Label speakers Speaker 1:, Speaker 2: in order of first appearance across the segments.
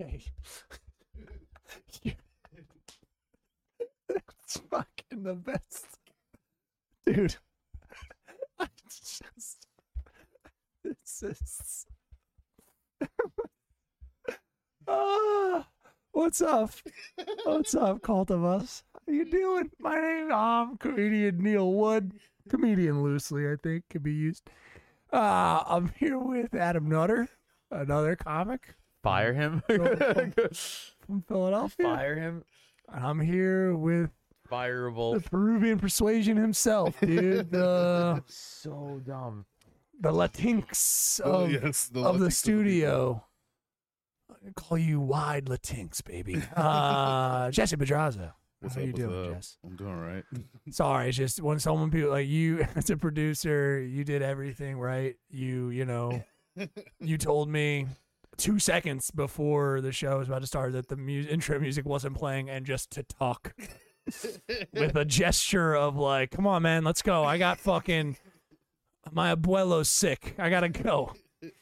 Speaker 1: Okay. That's fucking the best. Dude. I just. This is. ah, what's up? What's up, Cult of Us? How you doing? My name I'm comedian Neil Wood. Comedian loosely, I think, could be used. Uh, I'm here with Adam Nutter, another comic
Speaker 2: Fire him.
Speaker 1: Go- from Philadelphia.
Speaker 2: Fire him.
Speaker 1: And I'm here with the
Speaker 2: Fireable.
Speaker 1: Peruvian persuasion himself, dude. The
Speaker 2: So dumb.
Speaker 1: the Latinx of,
Speaker 3: Oh, yes, the
Speaker 1: of the
Speaker 3: Latinx of the people.
Speaker 1: studio. I call you wide Latinx, baby. Uh, Jesse Pedraza. How you doing, Jess?
Speaker 3: I'm doing all right.
Speaker 1: Sorry, it's just when someone people like you as a producer, you did everything right. You you know, you told me two seconds before the show was about to start that the mu- intro music wasn't playing, and just to talk with a gesture of like, "Come on, man, let's go. I got fucking my abuelo's sick. I gotta go."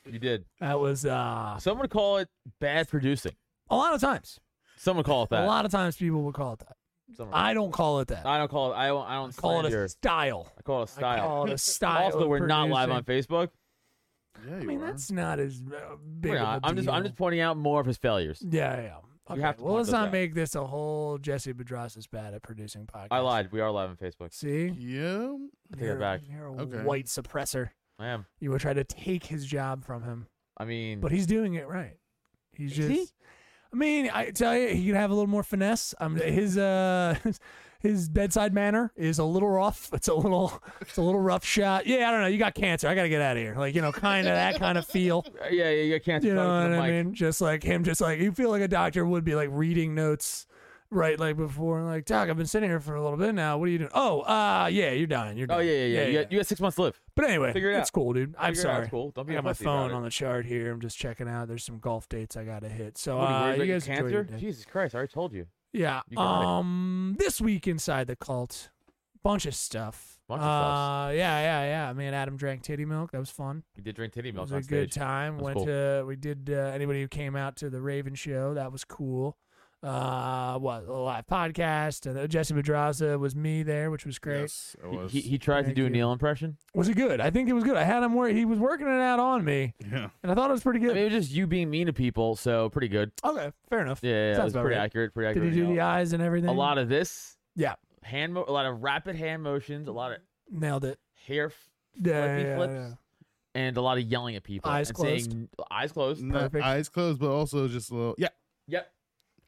Speaker 2: You did.
Speaker 1: That was uh,
Speaker 2: Someone call it bad producing.
Speaker 1: a lot of times.
Speaker 2: Someone call it that.
Speaker 1: A lot of times people would call it that.
Speaker 2: Someone-
Speaker 1: I don't call it that. I
Speaker 2: I don't call it. I don't. I don't
Speaker 1: call it
Speaker 2: slander.
Speaker 1: a style.
Speaker 2: I call it a
Speaker 1: I
Speaker 2: style.
Speaker 1: call it a style.
Speaker 2: also,
Speaker 1: of
Speaker 2: we're not live
Speaker 1: producing.
Speaker 2: on Facebook.
Speaker 3: Yeah, you
Speaker 1: I mean,
Speaker 3: are.
Speaker 1: that's not as uh, big.
Speaker 2: We're
Speaker 1: of a
Speaker 2: not. I'm just. I'm
Speaker 1: deal.
Speaker 2: just pointing out more of his failures.
Speaker 1: Yeah, yeah.
Speaker 2: You
Speaker 1: Okay,
Speaker 2: have to
Speaker 1: well,
Speaker 2: point
Speaker 1: let's
Speaker 2: those
Speaker 1: not
Speaker 2: out.
Speaker 1: make this a whole Jesse Pedraza's bad at producing podcast.
Speaker 2: I lied. We are live on Facebook.
Speaker 1: See,
Speaker 3: Yeah.
Speaker 2: take that
Speaker 1: you're,
Speaker 2: back.
Speaker 1: you're a
Speaker 3: Okay.
Speaker 1: white suppressor.
Speaker 2: I am.
Speaker 1: You would try to take his job from him,
Speaker 2: I mean,
Speaker 1: but he's doing it right. He's
Speaker 2: Is
Speaker 1: just.
Speaker 2: he?
Speaker 1: I mean, I tell you, he could have a little more finesse. Um, his uh, his bedside manner is a little rough. It's a little, it's a little rough shot. Yeah, I don't know. You got cancer. I gotta get out of here. Like you know, kind of that kind of feel.
Speaker 2: yeah, uh, yeah, you can't.
Speaker 1: You
Speaker 2: talk
Speaker 1: know
Speaker 2: to
Speaker 1: what
Speaker 2: the
Speaker 1: I
Speaker 2: mic.
Speaker 1: mean? Just like him, just like you feel like a doctor would be like reading notes right like before and like, Doc, I've been sitting here for a little bit now. What are you doing? Oh, uh yeah, you're dying. You're dying.
Speaker 2: Oh yeah, yeah, yeah. you, Got, you got six months to live.
Speaker 1: But anyway,
Speaker 2: Figure it
Speaker 1: it's
Speaker 2: out.
Speaker 1: cool, dude. I'm
Speaker 2: Figure it out.
Speaker 1: sorry.
Speaker 2: It's cool. Don't be
Speaker 1: I
Speaker 2: a
Speaker 1: got my
Speaker 2: pussy about
Speaker 1: phone
Speaker 2: it.
Speaker 1: on the chart here. I'm just checking out. There's some golf dates I gotta hit. So
Speaker 2: What, are
Speaker 1: uh,
Speaker 2: worried about
Speaker 1: you
Speaker 2: your
Speaker 1: guys enjoy your
Speaker 2: cancer?
Speaker 1: day.
Speaker 2: Jesus Christ! I already told you.
Speaker 1: Yeah.
Speaker 2: You got it.
Speaker 1: Um, this week inside the cult, bunch of stuff.
Speaker 2: Bunch of
Speaker 1: uh,
Speaker 2: stuffs.
Speaker 1: yeah, yeah, yeah. Me and Adam drank titty milk. That was fun.
Speaker 2: You did drink titty
Speaker 1: It
Speaker 2: milk
Speaker 1: was
Speaker 2: on
Speaker 1: a good
Speaker 2: stage.
Speaker 1: time.
Speaker 2: That's
Speaker 1: Went
Speaker 2: cool.
Speaker 1: to we did uh, anybody who came out to the Raven show that was cool. Uh, what a live podcast. Uh, Jesse Pedraza was me there, which was great.
Speaker 3: Yes, it
Speaker 2: He-
Speaker 3: was.
Speaker 2: He, he tried to
Speaker 1: Thank
Speaker 2: do a
Speaker 1: you.
Speaker 2: Neil impression.
Speaker 1: Was it good? I think it was good. I had him where he was working it out on me,
Speaker 3: yeah.
Speaker 1: and I thought it was pretty
Speaker 2: I
Speaker 1: good.
Speaker 2: mean, it was just you being mean to people, so pretty good.
Speaker 1: okay, fair enough.
Speaker 2: Yeah, yeah, yeah, it
Speaker 1: Sounds
Speaker 2: was
Speaker 1: about
Speaker 2: pretty
Speaker 1: right.
Speaker 2: accurate. Pretty
Speaker 1: Did
Speaker 2: accurate.
Speaker 1: he do
Speaker 2: you
Speaker 1: the
Speaker 2: know.
Speaker 1: eyes and everything?
Speaker 2: A lot of this
Speaker 1: Yeah,
Speaker 2: hand, mo- a lot of rapid hand motions, a lot of
Speaker 1: nailed it.
Speaker 2: hair f-
Speaker 1: Yeah,
Speaker 2: flippy
Speaker 1: yeah,
Speaker 2: flips,
Speaker 1: yeah.
Speaker 2: and a lot of yelling at people.
Speaker 1: Eyes
Speaker 2: and
Speaker 1: closed.
Speaker 2: Saying, eyes closed.
Speaker 3: Not
Speaker 1: perfect.
Speaker 3: eyes closed, but also just a little. Yeah.
Speaker 2: Yep.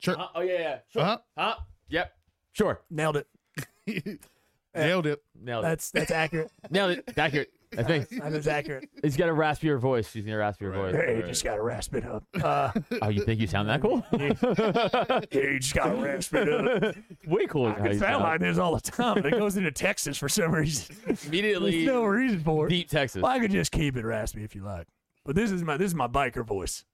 Speaker 3: Sure.
Speaker 2: Uh, oh yeah, yeah. Sure.
Speaker 3: Uh-huh.
Speaker 2: Uh, yep. Sure.
Speaker 1: Nailed it.
Speaker 3: Nailed
Speaker 1: Uh,
Speaker 3: it.
Speaker 2: Nailed it.
Speaker 1: That's that's accurate.
Speaker 2: Nailed it. Accurate. That's me.
Speaker 1: That is accurate.
Speaker 2: He's got a raspier voice. He's gonna raspier
Speaker 3: Right.
Speaker 2: voice.
Speaker 1: Hey, you just got to rasp it up. Uh,
Speaker 2: Oh, you think you sound that cool?
Speaker 1: hey, you just got to rasp it up.
Speaker 2: Way cooler.
Speaker 1: I
Speaker 2: than how you
Speaker 1: can sound
Speaker 2: sound.
Speaker 1: like this all the time, and it goes into Texas for some reason. There's
Speaker 2: Immediately,
Speaker 1: no reason for it.
Speaker 2: deep Texas.
Speaker 1: Well, I could just keep it raspy if you like. But this is my this is my biker voice.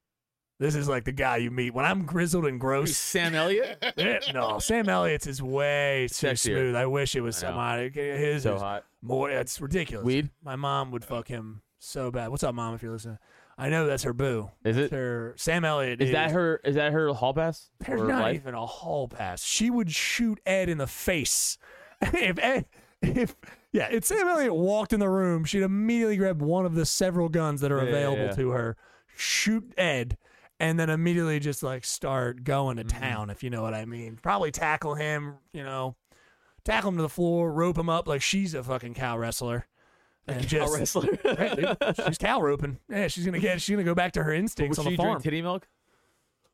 Speaker 1: This is like the guy you meet when I'm grizzled and gross.
Speaker 2: Sam Elliott?
Speaker 1: Eh, no, Sam Elliott's is way too
Speaker 2: Sexier.
Speaker 1: smooth. I wish it was
Speaker 2: I know.
Speaker 1: somebody. His
Speaker 2: so
Speaker 1: is
Speaker 2: hot.
Speaker 1: more. It's ridiculous.
Speaker 2: Weed?
Speaker 1: My mom would fuck him so bad. What's up, mom? If you're listening, I know that's her boo.
Speaker 2: Is
Speaker 1: That's
Speaker 2: it?
Speaker 1: her Sam Elliott?
Speaker 2: Is that her? Is that her hall pass?
Speaker 1: There's
Speaker 2: for
Speaker 1: not
Speaker 2: life?
Speaker 1: even a hall pass. She would shoot Ed in the face. if Ed, if yeah, if Sam Elliott walked in the room, she'd immediately grab one of the several guns that are
Speaker 2: Yeah, yeah,
Speaker 1: available
Speaker 2: yeah.
Speaker 1: to her, shoot Ed, and then immediately just like start going to
Speaker 2: Mm-hmm.
Speaker 1: town, if you know what I mean. Probably tackle him, you know, tackle him to the floor, rope him up like she's a fucking cow wrestler. And
Speaker 2: A
Speaker 1: just
Speaker 2: wrestler.
Speaker 1: Yeah, dude, she's cow roping. Yeah, she's gonna get. She's gonna go back to her instincts
Speaker 2: Would
Speaker 1: on the
Speaker 2: she
Speaker 1: farm.
Speaker 2: drink titty milk?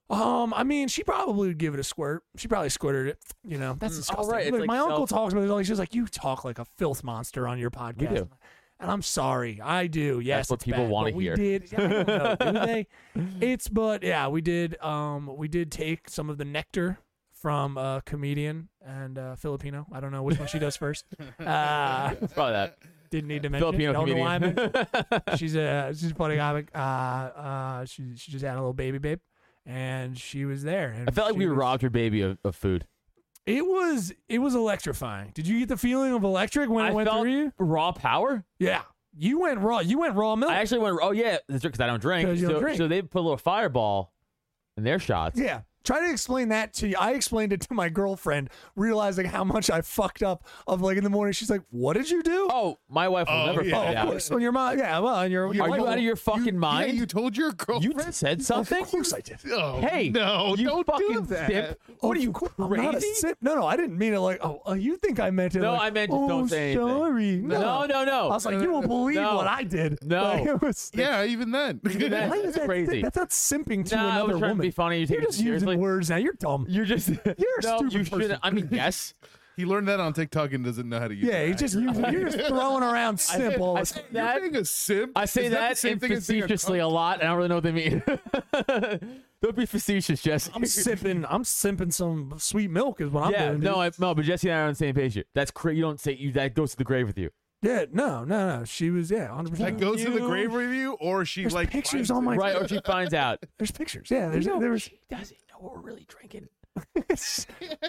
Speaker 1: Um, I mean, she probably would give it a squirt. She probably squirted it. You know, that's
Speaker 2: Mm,
Speaker 1: disgusting.
Speaker 2: all right, it's
Speaker 1: Look,
Speaker 2: like
Speaker 1: my uncle
Speaker 2: self-
Speaker 1: talks about it. She's like, "You talk like a filth monster on your podcast."
Speaker 2: do.
Speaker 1: And I'm sorry, I do. Yes,
Speaker 2: what
Speaker 1: it's
Speaker 2: people
Speaker 1: bad,
Speaker 2: wanna
Speaker 1: but we
Speaker 2: hear.
Speaker 1: Did yeah, I don't know, do they? It's but yeah, we did. Um, we did take some of the nectar from a comedian and uh, Filipino. I don't know which one she does first. Uh,
Speaker 2: It's probably that.
Speaker 1: didn't need to mention. it.
Speaker 2: Filipino
Speaker 1: don't know why I mentioned
Speaker 2: comedian.
Speaker 1: it she's a she's a funny comic. Uh, uh, she she just had a little baby babe, and she was there. And
Speaker 2: I felt like
Speaker 1: she
Speaker 2: we
Speaker 1: was-
Speaker 2: robbed your baby of, of food.
Speaker 1: It was it was electrifying. Did you get the feeling of electric when
Speaker 2: I
Speaker 1: it went
Speaker 2: felt
Speaker 1: through you?
Speaker 2: raw power.
Speaker 1: Yeah, you went raw. You went raw milk.
Speaker 2: I actually went. Oh yeah, that's because I don't drink.
Speaker 1: 'Cause you don't
Speaker 2: so,
Speaker 1: drink.
Speaker 2: so they put a little fireball in their shots.
Speaker 1: yeah. Try to explain that to you. I explained it to my girlfriend, realizing how much I fucked up. Of like in the morning, she's like, "What did you do?"
Speaker 2: Oh, my wife will
Speaker 3: Oh,
Speaker 2: never
Speaker 3: yeah.
Speaker 1: Oh,
Speaker 2: find
Speaker 1: of
Speaker 2: out.
Speaker 1: course. On your mom. Yeah. Well, on your. your
Speaker 2: Are
Speaker 1: wife-
Speaker 2: you out of your fucking
Speaker 3: You- yeah,
Speaker 2: mind?
Speaker 3: you told your
Speaker 2: you
Speaker 3: girlfriend.
Speaker 2: said something.
Speaker 1: Of course I did.
Speaker 3: oh,
Speaker 2: Hey,
Speaker 3: no,
Speaker 2: you
Speaker 3: don't
Speaker 2: fucking
Speaker 3: do that.
Speaker 2: dip. What are you
Speaker 1: Oh, of course- I'm not a
Speaker 2: crazy?
Speaker 1: simp. No, no, I didn't mean it like. Oh, uh, you think I meant it?
Speaker 2: No,
Speaker 1: like,
Speaker 2: I meant just don't
Speaker 1: "Oh,
Speaker 2: say anything."
Speaker 1: Sorry.
Speaker 2: No, no,
Speaker 1: I
Speaker 2: no.
Speaker 1: was like, you won't believe
Speaker 2: No.
Speaker 1: what I did.
Speaker 2: No.
Speaker 1: Like, it was,
Speaker 3: Yeah, even then.
Speaker 2: that-
Speaker 1: why is
Speaker 2: that's
Speaker 1: that
Speaker 2: crazy.
Speaker 1: That's not simping to
Speaker 2: Nah, I was
Speaker 1: another
Speaker 2: trying to
Speaker 1: woman.
Speaker 2: be funny. You take
Speaker 1: You're
Speaker 2: it
Speaker 1: just
Speaker 2: seriously.
Speaker 1: using words now. You're dumb.
Speaker 2: You're just. You're
Speaker 1: a
Speaker 2: no,
Speaker 1: stupid
Speaker 2: you shouldn't.
Speaker 1: person.
Speaker 2: I mean, yes.
Speaker 3: he learned that on TikTok and doesn't know how to use.
Speaker 1: yeah,
Speaker 3: it.
Speaker 1: you just you're, you're just throwing around simp all
Speaker 2: I
Speaker 1: the
Speaker 2: say
Speaker 1: time.
Speaker 3: You're
Speaker 2: that.
Speaker 3: being a simp.
Speaker 2: I say
Speaker 3: Is
Speaker 2: that,
Speaker 3: the same
Speaker 2: and
Speaker 3: thing as being a
Speaker 2: facetiously
Speaker 3: cunt?
Speaker 2: a lot. and I don't really know what they mean. Don't be facetious, Jesse.
Speaker 1: I'm sipping. I'm sipping some sweet milk is what I'm
Speaker 2: yeah,
Speaker 1: doing.
Speaker 2: no,
Speaker 1: dude.
Speaker 2: I, no, but Jesse and I are on the same page here. That's crazy. You don't say you that goes to the grave with you.
Speaker 1: yeah, no, no, no. She was yeah, 100. percent
Speaker 3: That goes to the grave review, or she
Speaker 1: There's
Speaker 3: like
Speaker 1: pictures
Speaker 3: finds
Speaker 1: on
Speaker 3: it?
Speaker 1: my
Speaker 2: Right, or she finds out.
Speaker 1: There's pictures. Yeah, there's there was.
Speaker 2: doesn't know we're really drinking.
Speaker 1: But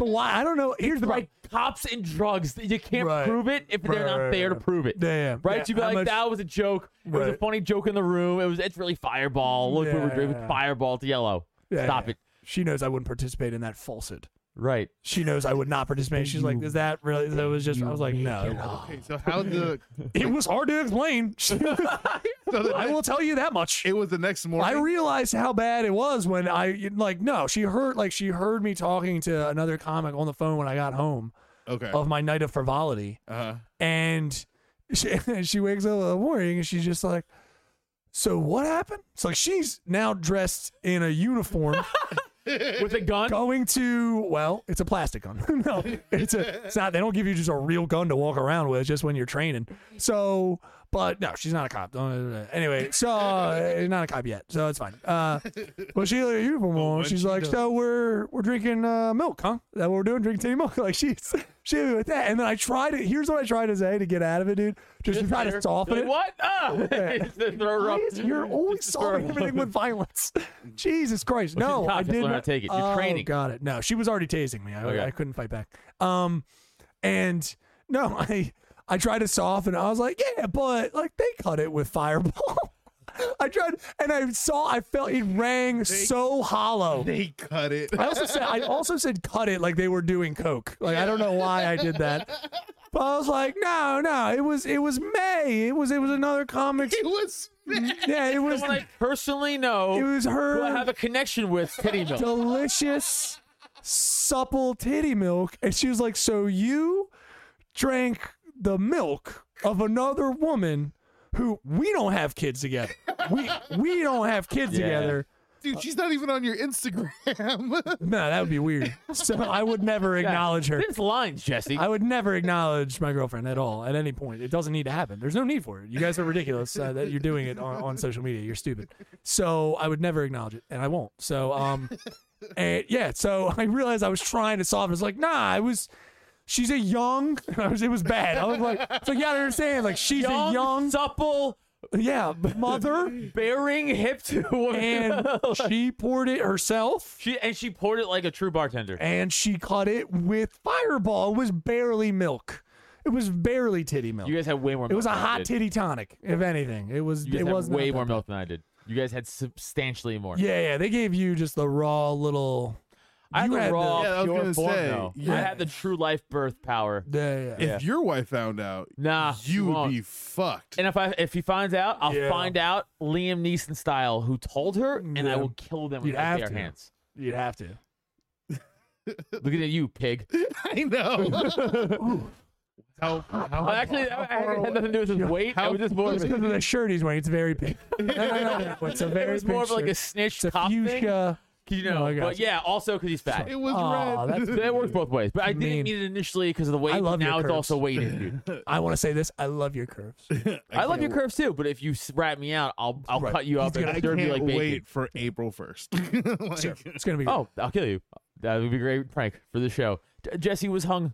Speaker 1: why? I don't know. Here's the problem.
Speaker 2: Like cops and drugs, you can't
Speaker 1: Right.
Speaker 2: prove it if they're
Speaker 1: Right,
Speaker 2: not
Speaker 1: right,
Speaker 2: there to
Speaker 1: right.
Speaker 2: prove it.
Speaker 1: Yeah, yeah.
Speaker 2: Right?
Speaker 1: Yeah,
Speaker 2: You'd be
Speaker 1: how
Speaker 2: like,
Speaker 1: much-
Speaker 2: that was a joke. It was a
Speaker 1: Right.
Speaker 2: funny joke in the room. It was it's really fireball. Look, we
Speaker 1: Yeah,
Speaker 2: were
Speaker 1: yeah,
Speaker 2: drinking
Speaker 1: yeah.
Speaker 2: fireball to yellow.
Speaker 1: Yeah,
Speaker 2: Stop
Speaker 1: yeah.
Speaker 2: it.
Speaker 1: She knows I wouldn't participate in that falsehood.
Speaker 2: Right.
Speaker 1: She knows I would not participate. She's like, "Is that really?" That was just. I was like, "No."
Speaker 3: Okay, so how the?
Speaker 1: It was hard to explain.
Speaker 3: So the
Speaker 1: I will tell you that much.
Speaker 3: It was the next
Speaker 1: I
Speaker 3: morning.
Speaker 1: realized how bad it was when I like no, she heard like she heard me talking to another comic on the phone when I got home
Speaker 3: okay.
Speaker 2: Oh.
Speaker 1: of my night of frivolity,
Speaker 3: Uh-huh.
Speaker 1: and she, she wakes up in the morning and she's just like, "So what happened?" So like she's now dressed in a uniform.
Speaker 2: With a gun?
Speaker 1: going to well it's a plastic gun no it's a it's not they don't give you just a real gun to walk around with just when you're training so but no she's not a cop Don't- uh, anyway so uh, not a cop yet so it's fine uh well she had a uniform on
Speaker 3: when
Speaker 1: she's
Speaker 3: she
Speaker 1: like
Speaker 3: does.
Speaker 1: so we're we're drinking uh milk huh Is that what we're doing drinking tea milk like she's she hit me with that and then i tried it here's what i tried to say to get out of it dude just to try to soften
Speaker 2: Like,
Speaker 1: it
Speaker 2: What? Oh!
Speaker 1: Yeah.
Speaker 2: Just to throw her
Speaker 1: Why
Speaker 2: up.
Speaker 1: is- You're always
Speaker 2: Just to throw her
Speaker 1: solving
Speaker 2: up.
Speaker 1: everything with violence. Jesus Christ!
Speaker 2: Well,
Speaker 1: no,
Speaker 2: she's a cop.
Speaker 1: I
Speaker 2: She has to
Speaker 1: did
Speaker 2: learn how
Speaker 1: not.
Speaker 2: to take it. You're
Speaker 1: oh,
Speaker 2: training.
Speaker 1: Got it. No, she was already tasing me. I,
Speaker 2: Okay.
Speaker 1: I couldn't fight back. Um, and no, I I tried to soften. I was like, yeah, but like they cut it with fireball. I tried, and I saw. I felt it rang so hollow.
Speaker 3: They cut it.
Speaker 1: I also said I also said cut it like they were doing coke. Like I don't know why I did that. But I was like, no, no, it was it was May. It was it was another comic.
Speaker 3: It was.
Speaker 1: Yeah, it was
Speaker 2: Someone I
Speaker 1: it
Speaker 2: personally know
Speaker 1: was
Speaker 2: who I have
Speaker 1: her
Speaker 2: a connection with, Teddy Milk.
Speaker 1: delicious supple titty milk and she was like, "So you drank the milk of another woman who we don't have kids together. We we don't have kids
Speaker 2: Yeah.
Speaker 1: together."
Speaker 3: Dude, she's not even on your Instagram.
Speaker 1: No, that would be weird. So I would never acknowledge her.
Speaker 2: It's lines, Jesse.
Speaker 1: I would never acknowledge my girlfriend at all at any point. It doesn't need to happen. There's no need for it. You guys are ridiculous uh, that you're doing it on, on social media. You're stupid. So I would never acknowledge it, and I won't. So um, and yeah. So I realized I was trying to solve. it. I was like, nah, I was. She's a young. I was, it was bad. I was like, it's like yeah, I don't understand. Like she's a young,
Speaker 2: supple,
Speaker 1: yeah, mother,
Speaker 2: bearing hipped woman.
Speaker 1: and she poured it herself.
Speaker 2: she and she poured it like a true bartender.
Speaker 1: and she caught it with fireball. It was barely milk. It was barely titty milk.
Speaker 2: you guys had way more.
Speaker 1: it was a
Speaker 2: milk than I
Speaker 1: hot
Speaker 2: did.
Speaker 1: titty tonic, if anything. It was.
Speaker 2: You guys
Speaker 1: it
Speaker 2: had
Speaker 1: was not
Speaker 2: way
Speaker 1: that
Speaker 2: more
Speaker 1: bad.
Speaker 2: milk than I did. You guys had substantially more.
Speaker 1: Yeah, yeah. They gave you just the raw little.
Speaker 2: I had
Speaker 1: you
Speaker 2: the
Speaker 1: had
Speaker 2: raw,
Speaker 3: the- Yeah, I was
Speaker 2: pure
Speaker 3: gonna
Speaker 2: form
Speaker 3: say,
Speaker 2: though. I
Speaker 3: yeah.
Speaker 2: had the true life birth power.
Speaker 1: Yeah, yeah.
Speaker 3: If your wife found out,
Speaker 2: Nah, she
Speaker 3: you would
Speaker 2: won't.
Speaker 3: be fucked.
Speaker 2: And if I if he finds out, I'll
Speaker 1: Yeah.
Speaker 2: find out Liam Neeson style who told her, and
Speaker 1: Yeah.
Speaker 2: I will kill them
Speaker 1: You'd
Speaker 2: with my
Speaker 1: have
Speaker 2: bare
Speaker 1: to.
Speaker 2: hands.
Speaker 1: You'd have to.
Speaker 2: Looking at you, pig.
Speaker 3: I know. how, how,
Speaker 2: Well, actually,
Speaker 3: how
Speaker 2: I, I
Speaker 3: far
Speaker 2: had
Speaker 3: away-
Speaker 2: nothing to do with his weight. I
Speaker 3: how-
Speaker 2: was just more. Of
Speaker 1: It's
Speaker 2: a,
Speaker 1: 'cause of the shirt he's wearing. It's very pink. No, no, no, no. It's a very.
Speaker 2: it was more
Speaker 1: pink
Speaker 2: of like a
Speaker 1: shirt.
Speaker 2: snitch
Speaker 1: It's a
Speaker 2: cop thing.
Speaker 1: fuchsia.
Speaker 2: You know,
Speaker 1: Oh, I
Speaker 2: but
Speaker 1: gotcha.
Speaker 2: yeah, also because he's fat.
Speaker 3: It was
Speaker 1: Aw,
Speaker 3: red.
Speaker 1: that's-
Speaker 2: That works both ways. But I
Speaker 1: Mean.
Speaker 2: didn't need it initially because of the weight.
Speaker 1: I love
Speaker 2: but
Speaker 1: your
Speaker 2: now it's
Speaker 1: curves.
Speaker 2: also weighted, dude.
Speaker 1: I want to say this. I love your curves.
Speaker 2: I, love your
Speaker 3: can't-
Speaker 2: curves too. But if you s- rat me out, I'll I'll
Speaker 1: Right.
Speaker 2: cut you up
Speaker 1: He's
Speaker 2: and
Speaker 3: I
Speaker 2: serve
Speaker 3: can't
Speaker 2: you like bacon.
Speaker 3: wait for April first. Like,
Speaker 1: Sure. It's gonna be.
Speaker 2: Oh, I'll kill you. That would be a great prank for the show. J- Jesse was hung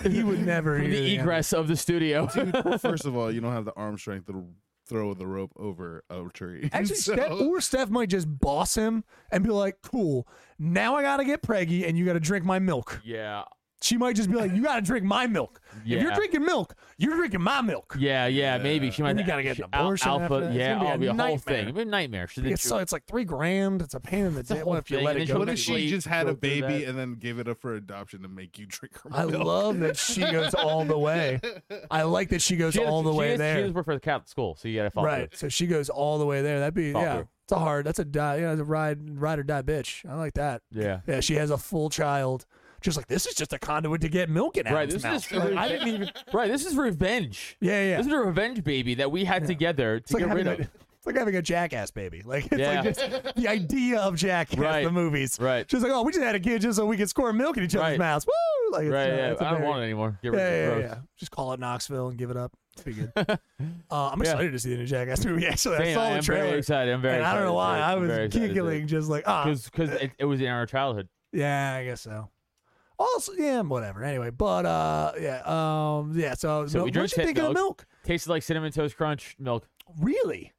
Speaker 1: good. he would never.
Speaker 2: from
Speaker 1: hear
Speaker 2: the egress of the studio.
Speaker 3: dude, first of all, you don't have the arm strength to throw the rope over a tree.
Speaker 1: Actually,
Speaker 3: So-
Speaker 1: Steph, or Steph might just boss him and be like, "Cool, now I gotta get preggy, and you gotta drink my milk."
Speaker 2: yeah.
Speaker 1: She might just be like, "You gotta drink my milk. If you're
Speaker 2: Yeah.
Speaker 1: drinking milk, you're drinking my milk."
Speaker 2: Yeah, yeah, maybe she might.
Speaker 1: you gotta get an
Speaker 2: she- al-
Speaker 1: abortion after
Speaker 2: Alpha,
Speaker 1: that. It's
Speaker 2: yeah,
Speaker 1: gonna be
Speaker 2: oh,
Speaker 1: a
Speaker 2: it'll be a whole
Speaker 1: nightmare.
Speaker 2: thing. It'll be a nightmare. She didn't
Speaker 1: It's, so
Speaker 2: chew-
Speaker 1: it's like three grand. It's a pain in the
Speaker 2: a
Speaker 1: dick.
Speaker 2: whole
Speaker 1: What if you
Speaker 2: thing,
Speaker 1: let
Speaker 2: and
Speaker 1: it
Speaker 2: then
Speaker 1: go?
Speaker 3: What if she
Speaker 2: Wait,
Speaker 3: just had
Speaker 2: go
Speaker 3: a
Speaker 2: through
Speaker 3: baby
Speaker 2: that.
Speaker 3: and then gave it up for adoption to make you drink her
Speaker 1: I
Speaker 3: milk?
Speaker 1: love that she goes all the way. I like that she goes
Speaker 2: she
Speaker 1: all
Speaker 2: has,
Speaker 1: the
Speaker 2: she
Speaker 1: way
Speaker 2: has, She
Speaker 1: there.
Speaker 2: does work for the Catholic school, so you gotta follow.
Speaker 1: Right. So she goes all the way there. That'd be
Speaker 2: Follow
Speaker 1: yeah.
Speaker 2: through.
Speaker 1: It's a hard. That's a die. You know, it's a ride, ride or die bitch. I like that.
Speaker 2: through. Yeah.
Speaker 1: Yeah, she has a full child. Just like this is just a conduit to get milk in
Speaker 2: Right.
Speaker 1: Adam's
Speaker 2: This
Speaker 1: mouth.
Speaker 2: is just,
Speaker 1: I didn't even.
Speaker 2: right. This is revenge.
Speaker 1: Yeah, yeah.
Speaker 2: This is a revenge baby that we had together to
Speaker 1: It's like,
Speaker 2: get rid
Speaker 1: having a,
Speaker 2: of.
Speaker 1: it's like having a jackass baby. Like it's
Speaker 2: Yeah.
Speaker 1: like just the idea of jackass
Speaker 2: Right.
Speaker 1: the movies.
Speaker 2: Right.
Speaker 1: She's like, oh, we just had a kid just so we could score milk in each other's
Speaker 2: Right.
Speaker 1: mouths. Woo! Like, it's,
Speaker 2: right.
Speaker 1: uh,
Speaker 2: Yeah.
Speaker 1: it's a
Speaker 2: I don't
Speaker 1: very-
Speaker 2: want it anymore. Get rid
Speaker 1: Yeah,
Speaker 2: of it.
Speaker 1: yeah, yeah,
Speaker 2: Gross.
Speaker 1: yeah. Just call it Knoxville and give it up. It's pretty good. uh, I'm excited to see the new Jackass movie. Actually, I
Speaker 2: Damn,
Speaker 1: saw
Speaker 2: I
Speaker 1: the
Speaker 2: am very
Speaker 1: trailer,
Speaker 2: excited. I'm very.
Speaker 1: and I don't know why I was giggling,
Speaker 2: giggling
Speaker 1: just like ah,
Speaker 2: because it, it was in our childhood.
Speaker 1: Yeah, I guess so. Also, yeah, whatever. Anyway, but uh, yeah, um, yeah. So,
Speaker 2: So we
Speaker 1: milk- what
Speaker 2: drank
Speaker 1: you
Speaker 2: tit
Speaker 1: thinking of milk?
Speaker 2: Tasted like cinnamon toast crunch milk.
Speaker 1: Really?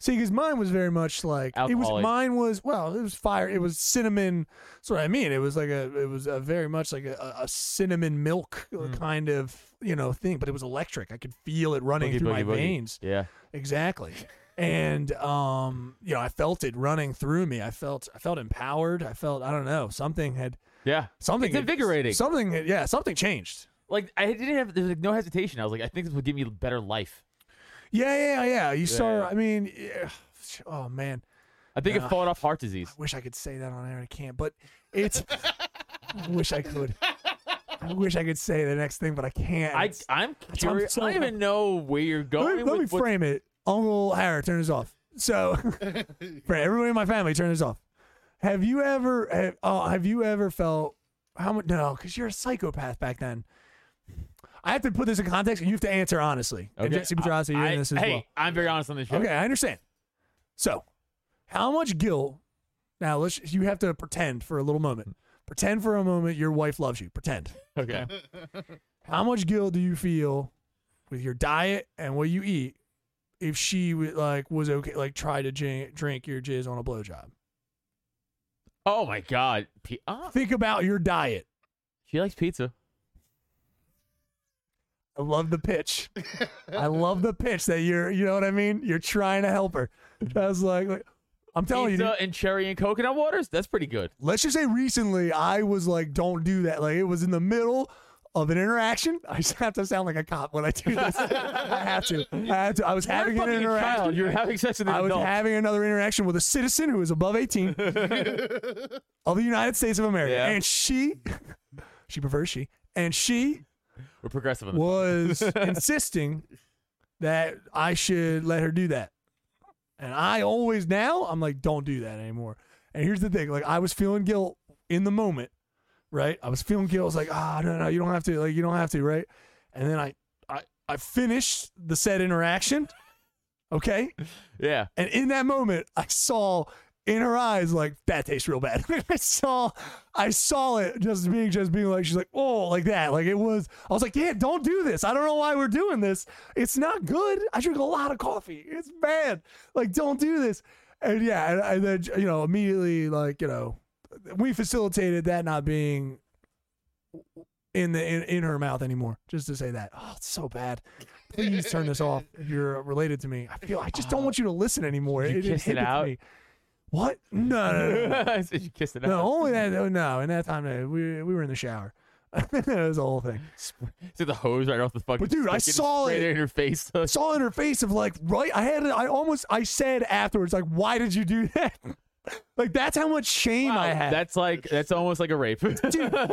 Speaker 1: See, because mine was very much like it was.
Speaker 2: Alcoholic.
Speaker 1: Mine was well, it was fire. It was cinnamon. That's what I mean. It was like a. It was a very much like a, a cinnamon milk uh,
Speaker 2: Mm.
Speaker 1: kind of you know thing, but it was electric. I could feel it running
Speaker 2: Boogie,
Speaker 1: through my
Speaker 2: boogie, boogie.
Speaker 1: veins.
Speaker 2: Yeah.
Speaker 1: Exactly. And um, you know, I felt it running through me. I felt. I felt empowered. I felt. I don't know. Something had.
Speaker 2: Yeah.
Speaker 1: Something
Speaker 2: It's
Speaker 1: had-
Speaker 2: invigorating.
Speaker 1: Something. had- Yeah. Something changed.
Speaker 2: Like I didn't have. There's like no hesitation. I was like, I think this would give me a better life.
Speaker 1: Yeah, yeah, yeah. You start.
Speaker 2: yeah.
Speaker 1: I mean, yeah. oh man,
Speaker 2: I think it fought off heart disease.
Speaker 1: wish I could say that on air. I can't, but it's. I wish I could. I wish I could say the next thing, but I can't.
Speaker 2: I
Speaker 1: It's-
Speaker 2: I'm curious.
Speaker 1: so-
Speaker 2: I don't even know where you're
Speaker 1: let me,
Speaker 2: going.
Speaker 1: let me
Speaker 2: with what-
Speaker 1: frame it. Uncle Harry, turn this off. So, for everybody in my family, turn this off. Have you ever? Have, oh, have you ever felt how much? No, because you're a psychopath back then. I have to put this in context, and you have to answer honestly. And
Speaker 2: Okay,
Speaker 1: Jesse Petrozzi, you're
Speaker 2: I-
Speaker 1: in this as
Speaker 2: hey,
Speaker 1: well.
Speaker 2: I'm very honest on this show.
Speaker 1: Okay, I understand. So, how much guilt? Now, let's. You have to pretend for a little moment. Pretend for a moment your wife loves you. Pretend.
Speaker 2: Okay.
Speaker 1: How much guilt do you feel with your diet and what you eat if she would like was okay, like try to j- drink your jizz on a blowjob?
Speaker 2: Oh my God. P- oh,
Speaker 1: Think about your diet.
Speaker 2: she likes pizza.
Speaker 1: I love the pitch. I love the pitch that you're. You know what I mean. You're trying to help her. I was like, like I'm telling you, dude,
Speaker 2: Pizza and cherry and coconut waters. That's pretty good.
Speaker 1: let's just say recently I was like, don't do that. Like it was in the middle of an interaction. I just have to sound like a cop when I do this. I have to. I have to. I was having
Speaker 2: You're
Speaker 1: an
Speaker 2: fucking a
Speaker 1: interaction.
Speaker 2: child. You're having sex with an
Speaker 1: I was
Speaker 2: adult.
Speaker 1: having another interaction with a citizen who is above 18 of the United States of America.
Speaker 2: Yeah.
Speaker 1: And she, she prefers she, and she
Speaker 2: We're progressive. On this.
Speaker 1: was insisting that I should let her do that. And I always now I'm like, don't do that anymore. And here's the thing, like I was feeling guilt in the moment, right? I was feeling guilt. I was like, ah, no, no, you don't have to, like you don't have to, right? And then I, I, I finished the said interaction, okay.
Speaker 2: Yeah.
Speaker 1: And in that moment, I saw in her eyes like that tastes real bad. I saw, I saw it just being just being like she's like oh like that like it was. I was like yeah, don't do this. I don't know why we're doing this. It's not good. I drink a lot of coffee. It's bad. Like don't do this. And yeah, and, and then you know immediately like you know we facilitated that not being in the in, in her mouth anymore. Just to say that oh it's so bad. Please turn this off if you're related to me. I feel I just don't want you to listen anymore.
Speaker 2: Did you
Speaker 1: it
Speaker 2: kiss it
Speaker 1: inhibits
Speaker 2: out?
Speaker 1: me. What? No, no, no, no.
Speaker 2: I said you kissed it
Speaker 1: no.
Speaker 2: out.
Speaker 1: Only that. oh, No, in that time uh, we we were in the shower. it was the whole thing.
Speaker 2: See the hose right off the fucking.
Speaker 1: But dude, I
Speaker 2: stick and
Speaker 1: saw
Speaker 2: spray
Speaker 1: it.
Speaker 2: there in your face.
Speaker 1: I saw in her face of like right. I had. I almost. I said afterwards, like, why did you do that? like that's how much shame I
Speaker 2: Wow,
Speaker 1: had.
Speaker 2: That's like that's almost like a rape. Dude,
Speaker 1: No,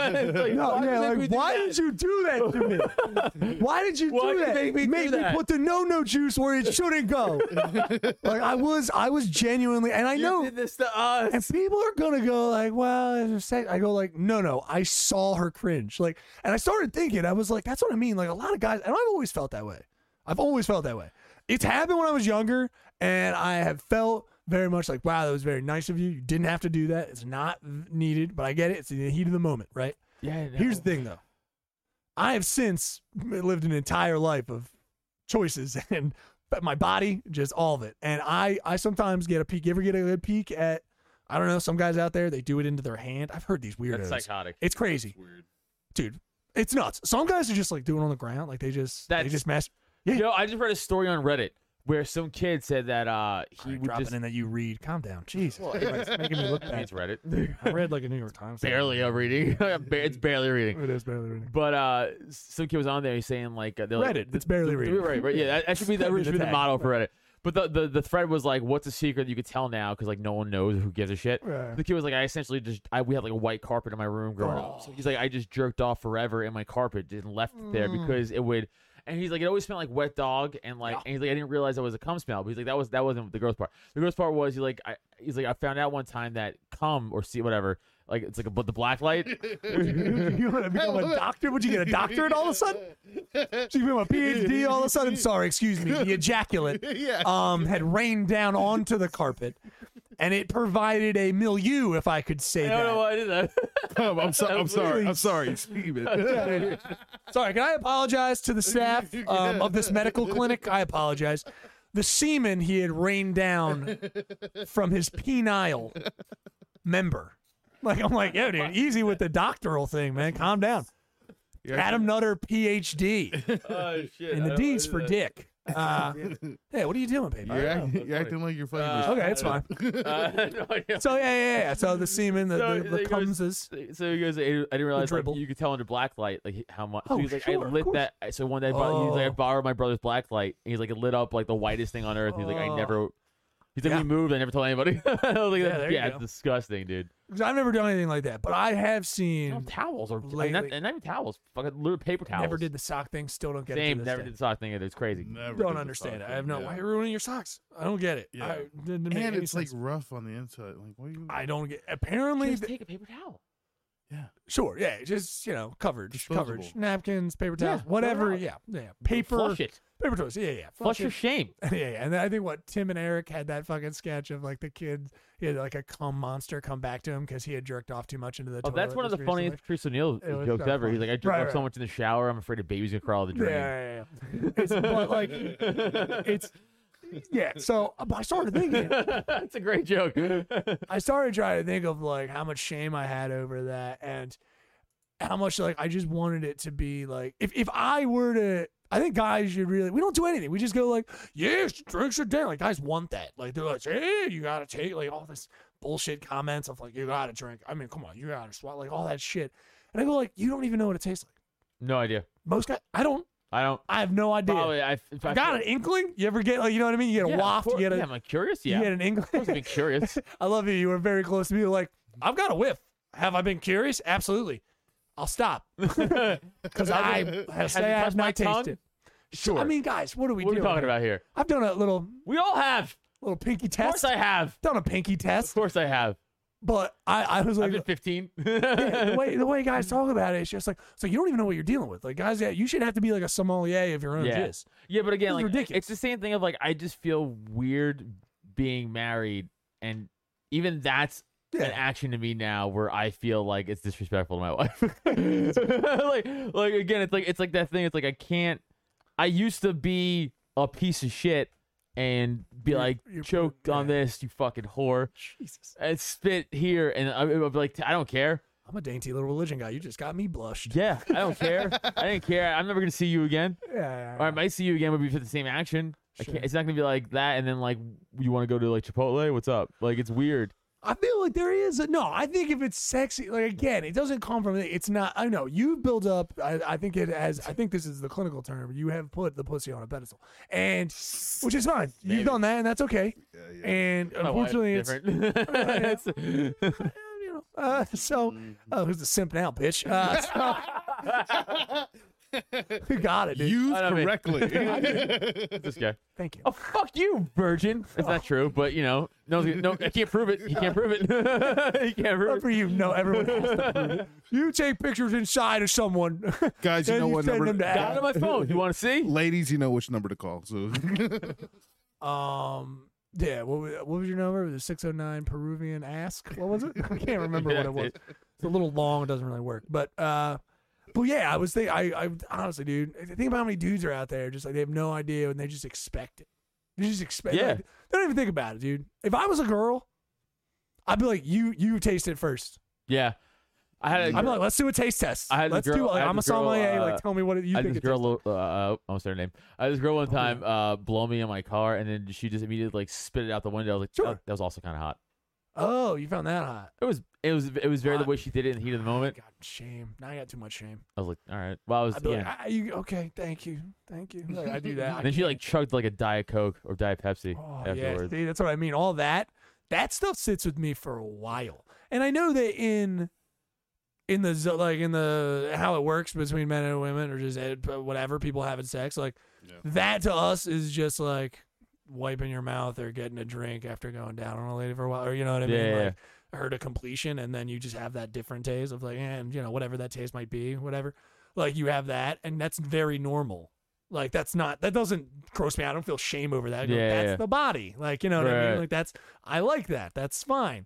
Speaker 1: yeah, like, why did you do that to me? Why did you
Speaker 2: Why'd
Speaker 1: do
Speaker 2: you
Speaker 1: that?
Speaker 2: make me do that?
Speaker 1: put the no-no juice where it shouldn't go. like I was, I was genuinely, and I know
Speaker 2: did this to us.
Speaker 1: And people are gonna go like, well, it's just sex." I go like, no, no, I saw her cringe. Like, and I started thinking, I was like, that's what I mean. Like a lot of guys, and I've always felt that way. I've always felt that way. It's happened when I was younger, and I have felt very much like, wow, that was very nice of you. You didn't have to do that. It's not needed, but I get it. It's in the heat of the moment, right?
Speaker 2: yeah.
Speaker 1: Here's the thing, though. I have since lived an entire life of choices and but my body, just all of it. And I, I sometimes get a peek. You ever get a good peek at? I don't know. Some guys out there, they do it into their hand. I've heard these weirdos.
Speaker 2: that's psychotic.
Speaker 1: it's crazy,
Speaker 3: Weird.
Speaker 1: dude. It's nuts. Some guys are just like doing it on the ground, like they just they
Speaker 2: That's-
Speaker 1: just mash.
Speaker 2: Yo, I just read a story on Reddit where some kid said that uh he
Speaker 1: Alright,
Speaker 2: would
Speaker 1: drop
Speaker 2: just.
Speaker 1: it in that you read. Calm down, Jesus.
Speaker 2: Well,
Speaker 1: Christ, making me look
Speaker 2: I mean,
Speaker 1: bad.
Speaker 2: it's Reddit.
Speaker 1: I read like a New York Times.
Speaker 2: barely a reading. it's barely reading.
Speaker 1: It is barely reading.
Speaker 2: But uh, some kid was on there. He's saying like uh, they're like,
Speaker 1: Reddit, it's barely
Speaker 2: th- th-
Speaker 1: reading.
Speaker 2: Right, right. Yeah, that, that should be that
Speaker 1: That'd be
Speaker 2: should be
Speaker 1: the
Speaker 2: the
Speaker 1: tag.
Speaker 2: model for Reddit. But the, the the thread was like, "What's a secret you could tell now? Because like no one knows who gives a shit."
Speaker 1: Yeah.
Speaker 2: The kid was like, "I essentially just I we had like a white carpet in my room growing up. So he's like, I just jerked off forever in my carpet and left it there because it would." And he's like, it always smelled like wet dog, and like, and he's like, I didn't realize that was a cum smell. But he's like, that was that wasn't the gross part. The gross part was he like, I, he's like, I found out one time that cum or see whatever, like it's like a, but the black light.
Speaker 1: you want to become a doctor? Would you get a doctorate all of a sudden? So you become a PhD all of a sudden? Sorry, excuse me. The ejaculate
Speaker 3: Yeah.
Speaker 1: um, had rained down onto the carpet, and it provided a milieu, if I could say
Speaker 2: I don't
Speaker 1: that.
Speaker 2: know why I did that.
Speaker 3: Come, I'm, so, I'm sorry.
Speaker 1: Absolutely.
Speaker 3: I'm sorry. Steven.
Speaker 1: Sorry, can I apologize to the staff um, of this medical clinic? I apologize. The semen he had rained down from his penile member. Like I'm like, yo, dude, easy with the doctoral thing, man. Calm down. Adam Nutter, PhD.
Speaker 2: Oh shit!
Speaker 1: and the D's for dick. Uh, hey, what are you doing, baby?
Speaker 3: You're, act-
Speaker 2: that's
Speaker 3: you're acting like you're fucking.
Speaker 1: Uh, Okay, it's fine.
Speaker 2: no idea.
Speaker 1: So yeah, yeah, yeah. So the semen, the,
Speaker 2: So
Speaker 1: the, the
Speaker 2: there goes-
Speaker 1: cumses.
Speaker 2: So he goes, I didn't I didn't realize like,
Speaker 1: dribble.
Speaker 2: you could tell under black light like how much.
Speaker 1: Oh,
Speaker 2: so he's like,
Speaker 1: sure,
Speaker 2: I
Speaker 1: of
Speaker 2: lit
Speaker 1: course.
Speaker 2: that. So one day, I bought, he's like, I
Speaker 1: Oh.
Speaker 2: borrowed my brother's black light. And he's like, it lit up like the whitest thing on earth. He's like, I
Speaker 1: Oh.
Speaker 2: never. He's like,
Speaker 1: Yeah.
Speaker 2: we moved. I never told anybody. I was like,
Speaker 1: Yeah,
Speaker 2: "That's-
Speaker 1: there you
Speaker 2: yeah,
Speaker 1: go.
Speaker 2: it's disgusting, dude.
Speaker 1: 'Cause I've never done anything like that, but I have
Speaker 2: No,
Speaker 1: seen.
Speaker 2: towels or like, not,
Speaker 1: Lately-
Speaker 2: not even towels. Fucking little paper towels.
Speaker 1: Never did the sock thing. Still don't get it.
Speaker 2: Same.
Speaker 1: to this
Speaker 2: Never
Speaker 1: day.
Speaker 2: did the sock thing. either. It's crazy.
Speaker 3: Never did
Speaker 1: Don't
Speaker 3: the
Speaker 1: understand.
Speaker 3: sock
Speaker 1: I have no.
Speaker 3: thing,
Speaker 1: Why
Speaker 3: yeah.
Speaker 1: you're ruining your socks? I don't get it.
Speaker 3: Yeah.
Speaker 1: I, didn't make
Speaker 3: And
Speaker 1: any
Speaker 3: it's like
Speaker 1: sense.
Speaker 3: rough on the inside. Like, what are you?
Speaker 1: I don't get. Apparently,
Speaker 2: Just
Speaker 1: th-
Speaker 2: take a paper towel.
Speaker 1: sure. Yeah, just you know, coverage, coverage,
Speaker 3: Disposable.
Speaker 1: napkins, paper towels,
Speaker 2: Yeah, throw it
Speaker 1: whatever.
Speaker 2: out.
Speaker 1: Yeah, yeah, paper,
Speaker 2: Flush it.
Speaker 1: paper towels. Yeah, yeah,
Speaker 2: Flush,
Speaker 1: it.
Speaker 2: your shame.
Speaker 1: Yeah, yeah, and I think what Tim and Eric had that fucking sketch of like the kid, he had like a cum monster come back to him because he had jerked off too much into the.
Speaker 2: Oh,
Speaker 1: toilet
Speaker 2: that's one of the
Speaker 1: just recently.
Speaker 2: funniest Chris O'Neill
Speaker 1: It was
Speaker 2: jokes
Speaker 1: so
Speaker 2: ever. He's like,
Speaker 1: funny.
Speaker 2: I jerked
Speaker 1: Right,
Speaker 2: off so
Speaker 1: right.
Speaker 2: much in the shower, I'm afraid a baby's gonna crawl out the
Speaker 1: Yeah,
Speaker 2: drain.
Speaker 1: yeah, yeah. It's, but like, it's yeah. So but I started thinking,
Speaker 2: That's a great joke.
Speaker 1: I started trying to think of like how much shame I had over that and how much like I just wanted it to be like if if I were to. I think guys should really. We don't do anything. We just go like, yeah, she drinks her down. Like guys want that. Like they're like, hey, you gotta take like all this bullshit comments of like, you gotta drink. I mean, come on, you gotta swallow like all that shit. And I go like, you don't even know what it tastes like.
Speaker 2: no idea.
Speaker 1: Most guys, I don't.
Speaker 2: I don't.
Speaker 1: I have no idea.
Speaker 2: Probably. I, if
Speaker 1: I got an inkling. You ever get like, you know what I mean? You get a
Speaker 2: Yeah, of
Speaker 1: waft.
Speaker 2: course-
Speaker 1: You get a,
Speaker 2: yeah, I'm like, curious.
Speaker 1: you
Speaker 2: Yeah.
Speaker 1: get an
Speaker 2: I've always
Speaker 1: inkling.
Speaker 2: been curious.
Speaker 1: I love you. You were very close to me. Like, I've got a whiff. Have I been curious? Absolutely. I'll stop because I have
Speaker 2: Has
Speaker 1: say
Speaker 2: it
Speaker 1: I
Speaker 2: touched
Speaker 1: have
Speaker 2: my
Speaker 1: not
Speaker 2: tongue?
Speaker 1: tasted. Sure. I mean, guys, what are we
Speaker 2: what are we
Speaker 1: doing
Speaker 2: talking
Speaker 1: here?
Speaker 2: about here?
Speaker 1: I've done a little.
Speaker 2: We all have.
Speaker 1: little pinky
Speaker 2: Of course
Speaker 1: test.
Speaker 2: I have.
Speaker 1: Done a pinky
Speaker 2: Of
Speaker 1: test,
Speaker 2: course I have.
Speaker 1: but I, I was
Speaker 2: I've
Speaker 1: like,
Speaker 2: been 15.
Speaker 1: yeah, the way the way guys talk about it, it's just like, it's like you don't even know what you're dealing with. Like guys, yeah, you should have to be like a sommelier of your own
Speaker 2: Yeah.
Speaker 1: jizz.
Speaker 2: Oh, Yeah, but again,
Speaker 1: This is
Speaker 2: like
Speaker 1: ridiculous.
Speaker 2: it's the same thing of like I just feel weird being married, and even that's an
Speaker 1: Yeah,
Speaker 2: action to me now where I feel like it's disrespectful to my wife. like, like again, it's like it's like that thing. It's like I can't. I used to be a piece of shit and be
Speaker 1: You're-
Speaker 2: like
Speaker 1: you're-
Speaker 2: choked on
Speaker 1: yeah.
Speaker 2: this, you fucking whore,
Speaker 1: Jesus,
Speaker 2: and spit here, and I, I'm like I don't care.
Speaker 1: I'm a dainty little religion guy. You just got me blushed.
Speaker 2: Yeah, I don't care. I didn't care. I'm never gonna see you again.
Speaker 1: Yeah,
Speaker 2: Or I might see you again would be for the same action. I
Speaker 1: Sure.
Speaker 2: can't, it's not gonna be like that, and then like you want to go to like Chipotle. What's up? Like it's weird.
Speaker 1: I feel like there is a, no. I think if it's sexy, like again, it doesn't come from. It's not. I know you build up. I, I think it has. I think this is the clinical term. You have put the pussy on a pedestal, and which is fine. You've done that, and that's okay.
Speaker 3: Yeah, yeah.
Speaker 1: And
Speaker 2: My wife's
Speaker 1: unfortunately, it's
Speaker 2: Oh, different. It's-
Speaker 1: uh, you know. Uh, so,
Speaker 3: Mm-hmm.
Speaker 1: oh, who's the simp now, bitch? Uh, so- you got it, dude.
Speaker 3: Used
Speaker 2: I don't mean-
Speaker 3: correctly.
Speaker 2: this guy.
Speaker 1: Thank you.
Speaker 2: Oh fuck you, virgin. It's not true, but you know, no, no, I can't prove it. He can't prove it. he can't
Speaker 1: Not
Speaker 2: prove
Speaker 1: for
Speaker 2: it.
Speaker 1: you. No, everyone. Has to prove it. You take pictures inside of someone.
Speaker 3: Guys, you
Speaker 1: Then
Speaker 3: know
Speaker 1: you
Speaker 3: what
Speaker 1: send
Speaker 3: number?
Speaker 1: them to
Speaker 2: Got it on my phone. You want to see?
Speaker 3: Ladies, you know which number to call. So
Speaker 1: Um. Yeah. What was, what was your number? The six oh nine Peruvian ask. What was it? I can't remember what it was. It's a little long. It doesn't really work. But uh, but yeah, I was thinking. I I honestly, dude, I think about how many dudes are out there. Just like they have no idea and they just expect it. They just expect.
Speaker 2: Yeah.
Speaker 1: like, they don't even think about it, dude. If I was a girl, I'd be like, you you taste it first.
Speaker 2: Yeah, I had a
Speaker 1: I'm like, let's do a taste test.
Speaker 2: I had a
Speaker 1: let's do.
Speaker 2: girl- I
Speaker 1: Like,
Speaker 2: had
Speaker 1: I'm a
Speaker 2: this girl,
Speaker 1: sommelier.
Speaker 2: uh,
Speaker 1: like, tell me what it- you
Speaker 2: I had
Speaker 1: think.
Speaker 2: this
Speaker 1: it tastes
Speaker 2: girl, uh, uh, almost her name. I had this girl one time uh, blow me in my car, and then she just immediately like spit it out the window. I was like,
Speaker 1: Sure.
Speaker 2: "Oh, that was also kind of hot.
Speaker 1: like. Oh, you found that hot.
Speaker 2: It was, it was, it was very the
Speaker 1: Hot.
Speaker 2: way she did it in the heat of the moment.
Speaker 1: Oh God, shame. Now I got too much shame.
Speaker 2: I was like, all right. Well, I was,
Speaker 1: I'd be
Speaker 2: yeah.
Speaker 1: like, I, you, okay, thank you, thank you. Like, I do that.
Speaker 2: and then she like chugged like a diet coke or diet Pepsi
Speaker 1: oh, yeah,
Speaker 2: afterwards.
Speaker 1: see, that's what I mean. All that, that stuff sits with me for a while, and I know that in, in the zo- like in the how it works between men and women or just eh, whatever people having sex, like that to us is just like wiping your mouth or getting a drink after going down on a lady for a while, or you know what I mean?
Speaker 2: Yeah, yeah,
Speaker 1: Like, her to completion, and then you just have that different taste of like, eh, and you know whatever that taste might be, whatever. Like you have that, and that's very normal. Like that's not that doesn't gross me. out. I don't feel shame over that. I go,
Speaker 2: Yeah,
Speaker 1: that's
Speaker 2: yeah.
Speaker 1: the body. Like you know what I mean?
Speaker 2: Right.
Speaker 1: Like that's I like that. That's fine.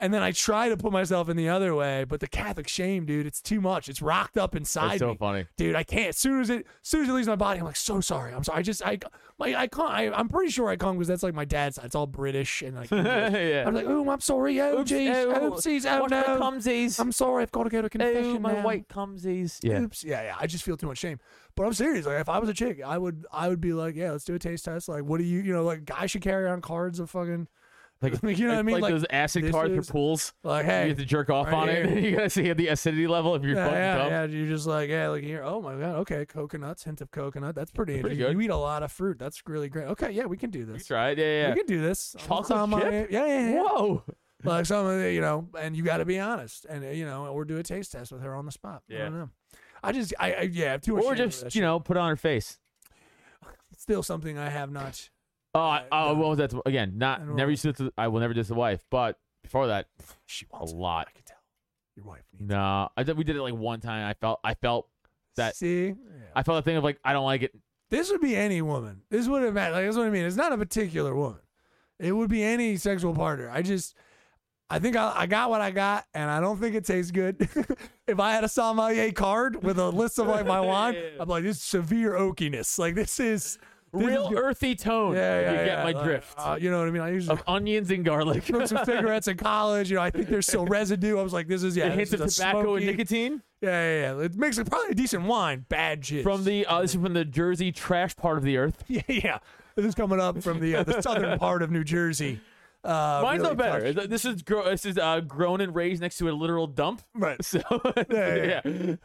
Speaker 1: And then I try to put myself in the other way, but the Catholic shame, dude, it's too much. It's rocked up inside
Speaker 2: That's so
Speaker 1: me
Speaker 2: funny.
Speaker 1: dude, I can't. As soon as it, as soon as it leaves my body, I'm like, so sorry. I'm sorry. I just, I, my, I can't. I, I'm pretty sure I can't because that's like my dad's. side. It's all British and like, English.
Speaker 2: yeah.
Speaker 1: I'm like, oh, I'm sorry. Oh,
Speaker 2: Oops,
Speaker 1: jeez.
Speaker 2: oh,
Speaker 1: Oopsies. Oh
Speaker 2: Watch my
Speaker 1: no.
Speaker 2: cumsies.
Speaker 1: I'm sorry. I've got to go to confession.
Speaker 2: oh, my
Speaker 1: now.
Speaker 2: white cumsies. Yeah.
Speaker 1: Oops. Yeah, yeah. I just feel too much shame. But I'm serious. Like, if I was a chick, I would, I would be like, yeah, let's do a taste test. Like, what do you, you know, like, guys should carry on cards of fucking, like, you know what I mean?
Speaker 2: Like,
Speaker 1: Like,
Speaker 2: those acid
Speaker 1: this
Speaker 2: cards
Speaker 1: is-
Speaker 2: for pools.
Speaker 1: like,
Speaker 2: you
Speaker 1: hey,
Speaker 2: have to jerk off
Speaker 1: right
Speaker 2: on
Speaker 1: here.
Speaker 2: it. you gotta see the acidity level of your
Speaker 1: yeah,
Speaker 2: fucking
Speaker 1: yeah,
Speaker 2: cum.
Speaker 1: yeah. You're just like, yeah, look here. Oh my god. Okay, coconuts, hint of coconut. That's pretty
Speaker 2: Pretty
Speaker 1: interesting. You eat a lot of fruit. That's really great. Okay, yeah, we can do
Speaker 2: You
Speaker 1: this.
Speaker 2: try it. Yeah, yeah.
Speaker 1: We can do this. I'm
Speaker 2: Chocolate
Speaker 1: on my-
Speaker 2: chip?
Speaker 1: Yeah, yeah, yeah.
Speaker 2: Whoa.
Speaker 1: Like some of the, you know, and you got to be honest, and uh, you know, or do a taste test with her on the spot. I
Speaker 2: Yeah.
Speaker 1: don't know. I just, I, I yeah, I have too much.
Speaker 2: Or
Speaker 1: shame over
Speaker 2: just
Speaker 1: that
Speaker 2: you
Speaker 1: shit.
Speaker 2: know put it on her face.
Speaker 1: It's still something I have not.
Speaker 2: Oh, I,
Speaker 1: Uh,
Speaker 2: oh, well, that's again not
Speaker 1: I don't
Speaker 2: never
Speaker 1: know.
Speaker 2: used to. I will never do this to the wife, but before that,
Speaker 1: She
Speaker 2: a
Speaker 1: wants it.
Speaker 2: lot.
Speaker 1: I can tell. Your wife needs.
Speaker 2: No, I did, we did it like one time. I felt, I felt, that-
Speaker 1: See,
Speaker 2: I felt a thing of like I don't like it.
Speaker 1: this would be any woman. This would have mattered. Like that's what I mean. It's not a particular woman. It would be any sexual partner. I just, I think I, I got what I got, and I don't think it tastes good. if I had a sommelier card with a list of like my wine, I'm like this is severe oakiness. Like this is this is
Speaker 2: Real
Speaker 1: good.
Speaker 2: earthy tone.
Speaker 1: Yeah, yeah,
Speaker 2: you
Speaker 1: yeah.
Speaker 2: get my
Speaker 1: Like,
Speaker 2: drift
Speaker 1: uh, you know what I mean? I usually
Speaker 2: of onions and garlic.
Speaker 1: smoked some cigarettes in college. You know, I think there's still residue. I was like, this is yeah,
Speaker 2: the hints
Speaker 1: this
Speaker 2: of
Speaker 1: is a
Speaker 2: tobacco
Speaker 1: smoky-
Speaker 2: and nicotine
Speaker 1: Yeah, yeah, yeah. It makes it probably a decent wine. Bad shit
Speaker 2: from the uh, this is from the Jersey trash part of the earth.
Speaker 1: yeah, yeah. This is coming up from the uh, the southern part of New Jersey. Uh,
Speaker 2: Mine's
Speaker 1: really
Speaker 2: not better.
Speaker 1: touched-
Speaker 2: This is gro- this is uh, grown and raised next to a literal dump.
Speaker 1: Right.
Speaker 2: So
Speaker 1: yeah,
Speaker 2: yeah,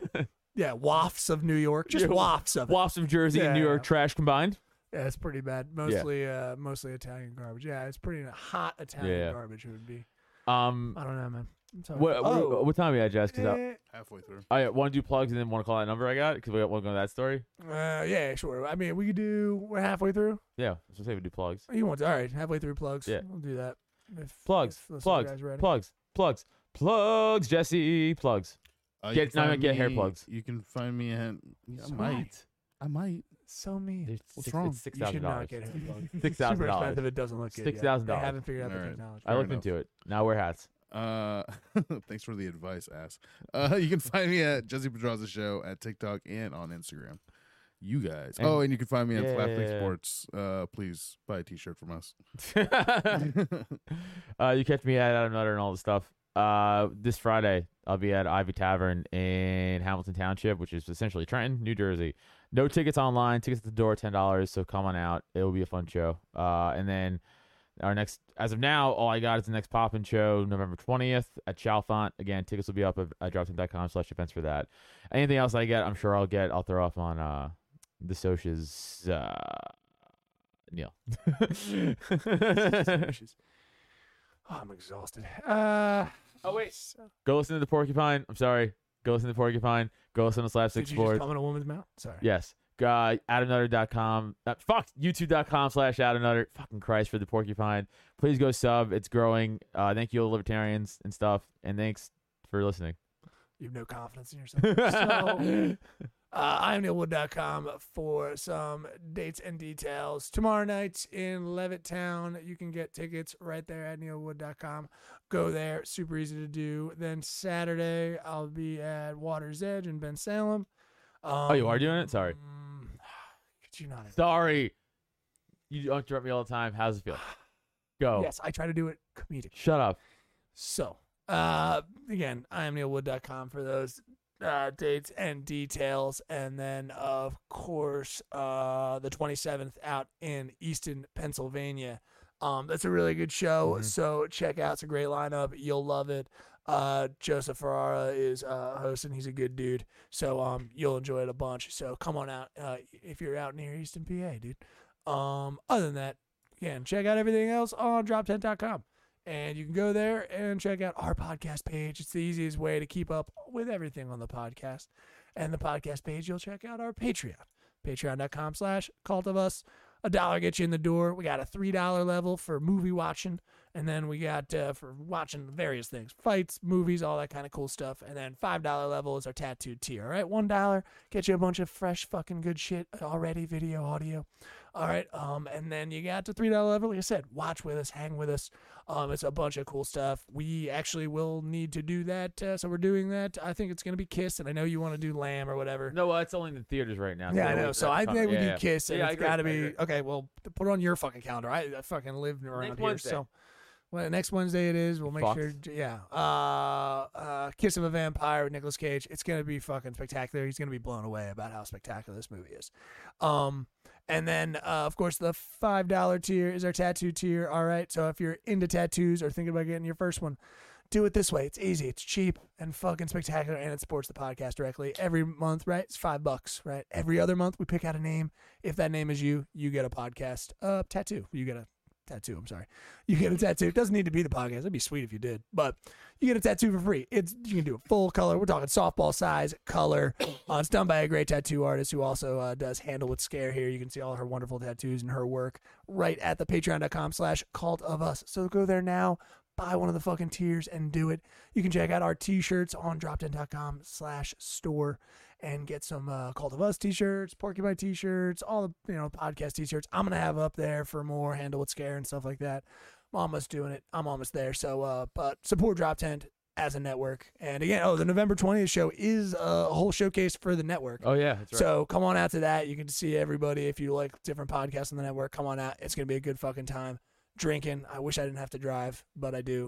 Speaker 1: Yeah, wafts of New York, just
Speaker 2: Yeah.
Speaker 1: wafts of. it.
Speaker 2: wafts of Jersey and
Speaker 1: Yeah,
Speaker 2: New York
Speaker 1: yeah.
Speaker 2: trash combined.
Speaker 1: yeah, it's pretty bad. Mostly, uh, mostly Italian garbage. Yeah, it's pretty hot Italian
Speaker 2: Yeah.
Speaker 1: garbage. It would be.
Speaker 2: Um,
Speaker 1: I don't know, man. I'm sorry.
Speaker 2: what,
Speaker 1: Oh.
Speaker 2: what what time are we at, Jess? Because I,
Speaker 1: Eh,
Speaker 3: halfway through.
Speaker 2: I want to do plugs and then want to call that number I got because we got one going to that story.
Speaker 1: uh, yeah, sure. I mean, we could do. We're halfway through.
Speaker 2: Yeah, so say we do plugs.
Speaker 1: You want to? All right, halfway through plugs.
Speaker 2: Yeah.
Speaker 1: we'll do that. If,
Speaker 2: Plugs,
Speaker 1: if- unless you
Speaker 2: plugs,
Speaker 1: guys are ready.
Speaker 2: plugs, plugs, plugs. Jesse, plugs.
Speaker 3: Uh, you
Speaker 2: Get-
Speaker 3: can
Speaker 2: no,
Speaker 3: find
Speaker 2: get hair
Speaker 3: me-
Speaker 2: plugs.
Speaker 3: You can find me at. I
Speaker 1: So
Speaker 3: might.
Speaker 1: what?
Speaker 3: I might.
Speaker 1: So mean.
Speaker 2: There's
Speaker 3: What's
Speaker 2: six-
Speaker 3: wrong?
Speaker 2: It's six
Speaker 1: You
Speaker 2: thousand
Speaker 1: should not
Speaker 2: dollars.
Speaker 1: get hair plugs.
Speaker 2: Six
Speaker 1: Super
Speaker 2: thousand dollars.
Speaker 1: expensive, It doesn't look good. yet.
Speaker 2: $6,000.
Speaker 1: They haven't figured out the
Speaker 3: Alright.
Speaker 1: technology.
Speaker 2: I
Speaker 3: Fair
Speaker 2: looked
Speaker 3: enough.
Speaker 2: into it. Now wear hats.
Speaker 3: Uh, thanks for the advice, ass. Uh, you can find me at Jesse Pedraza Show at TikTok and on Instagram. You guys.
Speaker 2: And-
Speaker 3: oh, and you can find me on
Speaker 2: Yeah,
Speaker 3: Flat
Speaker 2: yeah,
Speaker 3: Flix
Speaker 2: yeah.
Speaker 3: Sports. Uh, please buy a T-shirt from us.
Speaker 2: uh, you catch me at Adam Nutter and all the stuff. Uh, this Friday, I'll be at Ivy Tavern in Hamilton Township, which is essentially Trenton, New Jersey. No tickets online. Tickets at the door, ten dollars. So come on out. It will be a fun show. Uh, and then our next, as of now, all I got is the next Poppin' show, November twentieth at Chalfont. Again, tickets will be up at, at dropton.com slash events for that. Anything else I get, I'm sure I'll get. I'll throw off on uh, the socials. Uh, Neil.
Speaker 1: Oh, I'm exhausted. Uh,
Speaker 2: Oh, wait.
Speaker 1: so-
Speaker 2: Go listen to the Porcupine. I'm sorry. Go listen to the Porcupine. Go listen to Slapstick
Speaker 1: Did you just
Speaker 2: Sports.
Speaker 1: come in a woman's mouth? Sorry.
Speaker 2: Yes. Uh, AdamNutter.com. Uh, fuck. YouTube.com slash AdamNutter. Fucking Christ for the Porcupine. Please go sub. It's growing. Uh, thank you, all the libertarians and stuff. And thanks for listening.
Speaker 1: You have no confidence in yourself. so, uh, I'm neilwood.com for some dates and details. Tomorrow night in Levittown, you can get tickets right there at neilwood.com. Go there, super easy to do. Then Saturday, I'll be at Water's Edge in Ben Salem. Um, oh,
Speaker 2: you are doing it? Sorry.
Speaker 1: Could you not?
Speaker 2: sorry. You don't interrupt me all the time. How's it feel? Go.
Speaker 1: Yes, I try to do it comedic.
Speaker 2: Shut up.
Speaker 1: So, uh, again, I am neilwood.com for those uh, dates and details. And then, of course, uh, the 27th out in Easton, Pennsylvania. Um, that's a really good show.
Speaker 2: Mhm.
Speaker 1: So check out. It's a great lineup. You'll love it. Uh, Joseph Ferrara is uh, hosting. He's a good dude. So um, you'll enjoy it a bunch. So come on out uh, if you're out near Easton, PA, dude. Um, other than that, again, check out everything else on drop10.com. And you can go there and check out our podcast page. It's the easiest way to keep up with everything on the podcast. And the podcast page, you'll check out our Patreon. Patreon.com slash cult of us. A dollar gets you in the door. We got a three dollar level for movie watching, and then we got uh, for watching various things, fights, movies, all that kind of cool stuff. And then five dollar level is our tattooed tier. All right, one dollar get you a bunch of fresh fucking good shit already, video, audio. All right. Um, and then you got to three dollar level. Like I said, watch with us, hang with us. Um, it's a bunch of cool stuff. We actually will need to do that, uh, so we're doing that. I think it's gonna be Kiss, and I know you want to do Lamb or whatever.
Speaker 2: No, well, it's only in the theaters right now.
Speaker 1: Yeah, I
Speaker 2: they're
Speaker 1: know.
Speaker 2: waiting
Speaker 1: So
Speaker 2: for that
Speaker 1: I
Speaker 2: to come.
Speaker 1: think we
Speaker 2: Yeah,
Speaker 1: do
Speaker 2: yeah.
Speaker 1: Kiss, and
Speaker 2: Yeah, I
Speaker 1: it's
Speaker 2: agree.
Speaker 1: got to
Speaker 2: I agree.
Speaker 1: be okay. Well, th- put it on your fucking calendar. I, I fucking live around
Speaker 2: Next
Speaker 1: here,
Speaker 2: Wednesday.
Speaker 1: so well, next Wednesday it is. We'll make
Speaker 2: Fucked.
Speaker 1: sure. Yeah, uh, uh, Kiss of a Vampire with Nicolas Cage. It's gonna be fucking spectacular. He's gonna be blown away about how spectacular this movie is. Um, and then, uh, of course, the $5 tier is our tattoo tier. All right. So if you're into tattoos or thinking about getting your first one, do it this way. It's easy, it's cheap, and fucking spectacular. And it supports the podcast directly every month, right? It's five bucks, right? Every other month, we pick out a name. If that name is you, you get a podcast uh, tattoo. You get a tattoo. I'm sorry. You get a tattoo. It doesn't need to be the podcast. It'd be sweet if you did, but you get a tattoo for free. It's you can do it full color. We're talking softball size color. Uh, it's done by a great tattoo artist who also uh, does handle with scare here. You can see all her wonderful tattoos and her work right at the Patreon.com/slash Cult of Us. So go there now. Buy one of the fucking tiers and do it. You can check out our t-shirts on dropden.com slash store and get some uh, Cult of Us t-shirts, Porcupine t-shirts, all the you know podcast t-shirts. I'm gonna have up there for more handle with scare and stuff like that. I'm almost doing it. I'm almost there. So, uh, but support Drop Tent as a network. And again, oh, the November 20th show is a whole showcase for the network.
Speaker 2: Oh yeah, that's right.
Speaker 1: So come on out to that. You can see everybody if you like different podcasts on the network. Come on out. It's gonna be a good fucking time. Drinking. I wish I didn't have to drive, but I do.